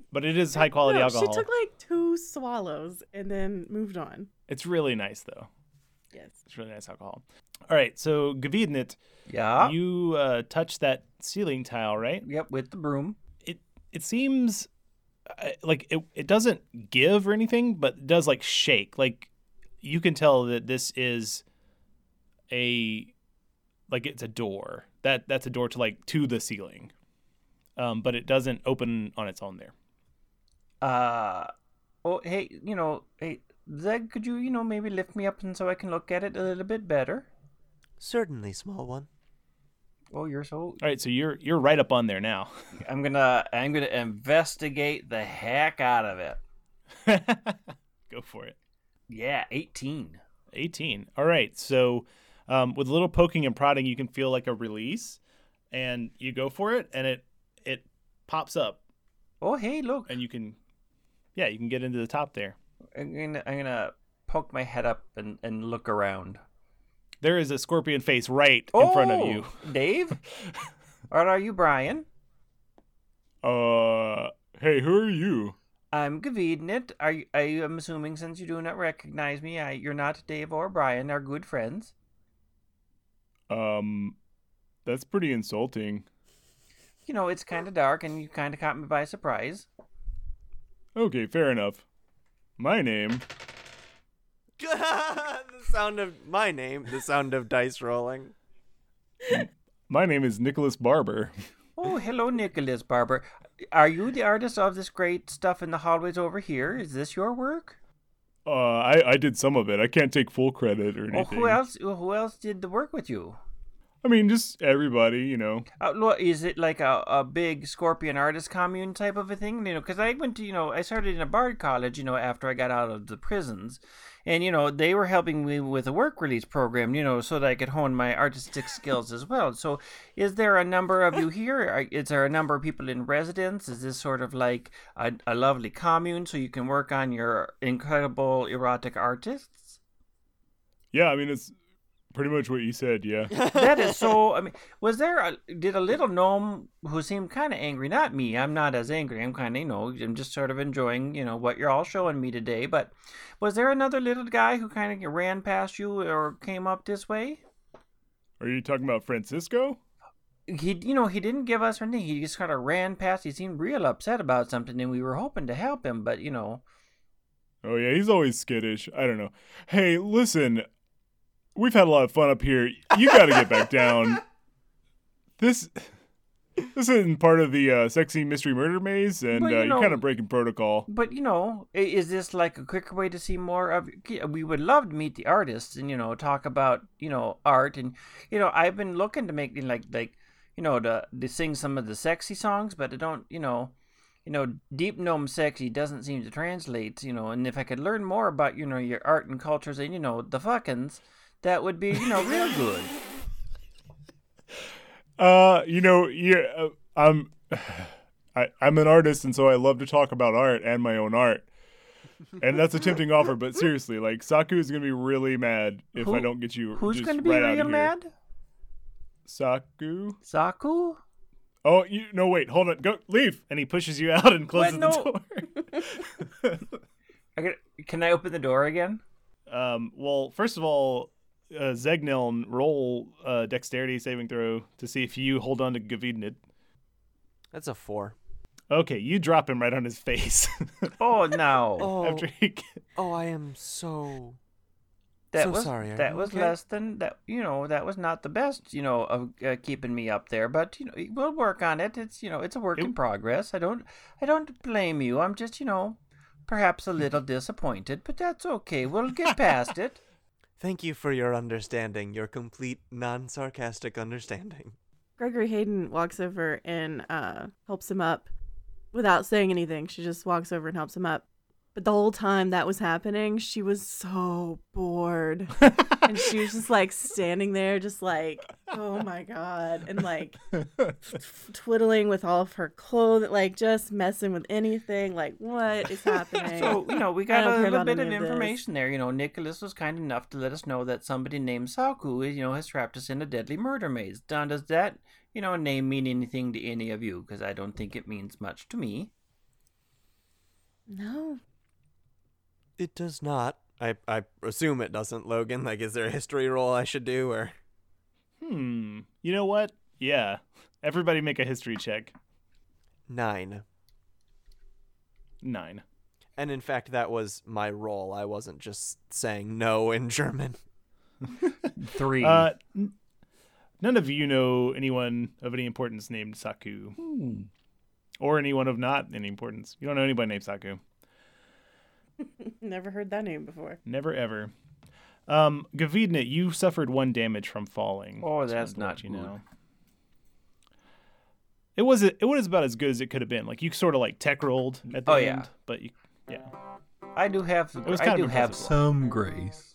Speaker 2: but it is high quality
Speaker 3: No, she
Speaker 2: alcohol.
Speaker 3: took like two swallows and then moved on.
Speaker 2: it's really nice, though.
Speaker 3: Yes.
Speaker 2: It's really nice alcohol. All right. So, Gavidnit,
Speaker 3: Ah.
Speaker 1: Yeah.
Speaker 2: you uh, touch that ceiling tile, right?
Speaker 1: Yep, with the broom.
Speaker 2: It it seems uh, like it, it doesn't give or anything, but it does like shake. Like you can tell that this is a like it's a door that that's a door to like to the ceiling um but it doesn't open on its own there
Speaker 1: Uh, oh, hey, you know, hey, Zeg, could you, you know, maybe lift me up and so I can look at it a little bit better?
Speaker 4: Certainly, small one. <laughs>
Speaker 1: Oh, you're so.
Speaker 2: all right so you're you're right up on there now <laughs>
Speaker 1: I'm gonna, I'm gonna investigate the heck out of it.
Speaker 2: go for it
Speaker 1: Yeah, 18.
Speaker 2: 18 all right so um, with a little poking and prodding you can feel like a release and you go for it and it it pops up
Speaker 1: Oh, hey, look.
Speaker 2: and you can yeah you can get into the top there
Speaker 1: I'm gonna, I'm gonna poke my head up and, and look around.
Speaker 2: there is a scorpion face right in front of you
Speaker 1: Oh, <laughs> Dave? or are you Brian?
Speaker 2: uh hey who are you
Speaker 1: I'm Gavidnit. Are you, I am assuming since you do not recognize me, I, you're not Dave or Brian, are good friends.
Speaker 2: um that's pretty insulting
Speaker 1: You know, it's kind of dark and you kind of caught me by surprise.
Speaker 2: okay fair enough my name
Speaker 4: the sound of my name, the sound of dice rolling.
Speaker 2: my name is nicholas barber
Speaker 1: Oh, hello, Nicholas Barber. Are you the artist of this great stuff in the hallways over here? Is this your work?
Speaker 2: uh i i did some of it i can't take full credit or
Speaker 1: Or who else? Who else did the work with you?
Speaker 2: i mean just everybody you know
Speaker 1: Uh, lo- is it like a, a big scorpion artist commune type of a thing? You know, because I went to, you know, I started in a bard college, you know, after I got out of the prisons. And, you know, they were helping me with a work release program, you know, so that I could hone my artistic skills as well. So is there a number of you here? Are- Is there a number of people in residence? Is this sort of like a, a lovely commune so you can work on your incredible erotic artists?
Speaker 2: Yeah, I mean it's pretty much what you said. Yeah.
Speaker 1: that is so. I mean, was there a, did a little gnome who seemed kind of angry? Not me. I'm not as angry. I'm kind of you know. I'm just sort of enjoying you know what you're all showing me today. But was there another little guy who kind of ran past you or came up this way?
Speaker 2: Are you talking about Francisco?
Speaker 1: He, you know, he didn't give us anything. He just kind of ran past. He seemed real upset about something, and we were hoping to help him, but you know,
Speaker 2: Oh yeah, he's always skittish. I don't know. Hey, listen, we've had a lot of fun up here. You got to get
Speaker 1: <laughs>
Speaker 2: back down. This this isn't part of the uh, sexy mystery murder maze, and
Speaker 1: Well, you
Speaker 2: uh,
Speaker 1: know-
Speaker 2: you're kind of breaking protocol.
Speaker 1: But you know, i- is this like a quicker way to see more of? We would love to meet the artists and you know talk about you know art and you know I've been looking to make like like you know to to sing some of the sexy songs, but I don't you know you know, deep gnome sexy doesn't seem to translate, you know, and if I could learn more about, you know, your art and cultures and, you know, the fuckins, that would be, you know, real
Speaker 2: <laughs>
Speaker 1: good.
Speaker 2: Uh, you know, yeah, uh, I'm, <sighs> I, I'm an artist, and so I love to talk about art and my own art, and that's
Speaker 1: <laughs>
Speaker 2: a tempting offer. But seriously, like Saku is gonna be really mad if I
Speaker 1: Who-
Speaker 2: don't get you.
Speaker 1: Who's
Speaker 2: just
Speaker 1: going to be
Speaker 2: right outta
Speaker 1: real
Speaker 2: here.
Speaker 1: mad?
Speaker 2: Saku.
Speaker 1: Saku?
Speaker 2: Oh, you no, wait, hold on, go leave, and he pushes you <laughs> out and closes
Speaker 1: What? No.
Speaker 2: the door.
Speaker 1: I got, can I open the door again?
Speaker 2: <laughs> um, well, first of all, uh, Zegniln, roll uh, dexterity saving throw to see if you hold on to Gavidnid.
Speaker 4: That's a four.
Speaker 2: Okay, you drop him right on his <laughs> face
Speaker 1: Oh, no.
Speaker 4: <laughs>
Speaker 2: <laughs>
Speaker 4: Oh,
Speaker 2: after he.
Speaker 4: oh, I am so.
Speaker 1: that
Speaker 4: So
Speaker 1: was
Speaker 4: sorry, are
Speaker 1: that
Speaker 4: you
Speaker 1: was
Speaker 4: okay?
Speaker 1: less than that you know that was not the best you know of uh, keeping me up there but you know we'll work on it it's you know it's a work in
Speaker 2: Yep.
Speaker 1: progress i don't i don't blame you i'm just you know perhaps a little disappointed but that's okay we'll get past it
Speaker 4: Thank you for your understanding, your complete non-sarcastic understanding.
Speaker 3: Gregory Hayden walks over and uh, helps him up without saying anything. She just walks over and helps him up. But the whole time that was happening, she was so bored. and she was just like standing there, just like, oh my God. And like twiddling with all of her clothes, like just messing with anything. Like, what is happening?
Speaker 1: so you know we
Speaker 3: I
Speaker 1: got a
Speaker 3: don't care
Speaker 1: little
Speaker 3: about
Speaker 1: bit
Speaker 3: any
Speaker 1: of
Speaker 3: of this.
Speaker 1: information there you know nicholas was kind enough to let us know that somebody named saku you know has trapped us in a deadly murder maze don does that you know name mean anything to any of you because i don't think it means much to me
Speaker 3: no.
Speaker 4: It does not. I I assume it doesn't, Logan. Like, is there a history roll I should do, or
Speaker 2: Hmm. You know what? Yeah. Everybody make a history check.
Speaker 4: nine?
Speaker 2: Nine.
Speaker 4: And in fact, that was my role. I wasn't just saying no in German.
Speaker 1: three
Speaker 2: Uh, n- none of you know anyone of any importance named Saku, or anyone of not any importance. You don't know anybody named Saku.
Speaker 3: Never heard that name before.
Speaker 2: Never ever. Um, Gavidnit, you suffered one damage from falling.
Speaker 1: Oh,
Speaker 2: Just
Speaker 1: that's
Speaker 2: wanted to let
Speaker 1: not
Speaker 2: you
Speaker 1: good.
Speaker 2: know. It was it was about as good as it could have been. Like you sort of like tech rolled at the
Speaker 1: Oh,
Speaker 2: end,
Speaker 1: yeah.
Speaker 2: but you, yeah.
Speaker 1: I do have.
Speaker 2: was
Speaker 1: I
Speaker 2: kind
Speaker 1: do
Speaker 2: of
Speaker 1: have.
Speaker 2: impressive.
Speaker 1: Some.
Speaker 6: Some grace.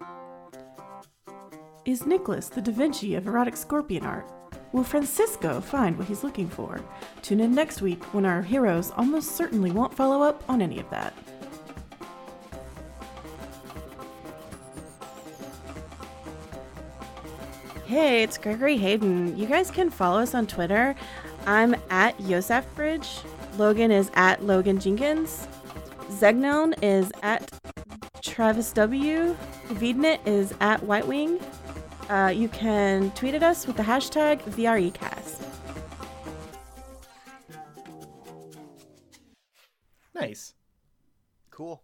Speaker 3: Is Nicholas the Da Vinci of erotic scorpion art? Will Francisco find what he's looking for? Tune in next week when our heroes almost certainly won't follow up on any of that. Hey, it's Gregory Hayden. You guys can follow us on Twitter. I'm at Yosef Bridge. Logan is at Logan Jenkins. Zegnon is at Travis W. Vidnit is at White Wing. Uh, you can tweet at us with the hashtag E VREcast.
Speaker 2: Nice.
Speaker 4: Cool.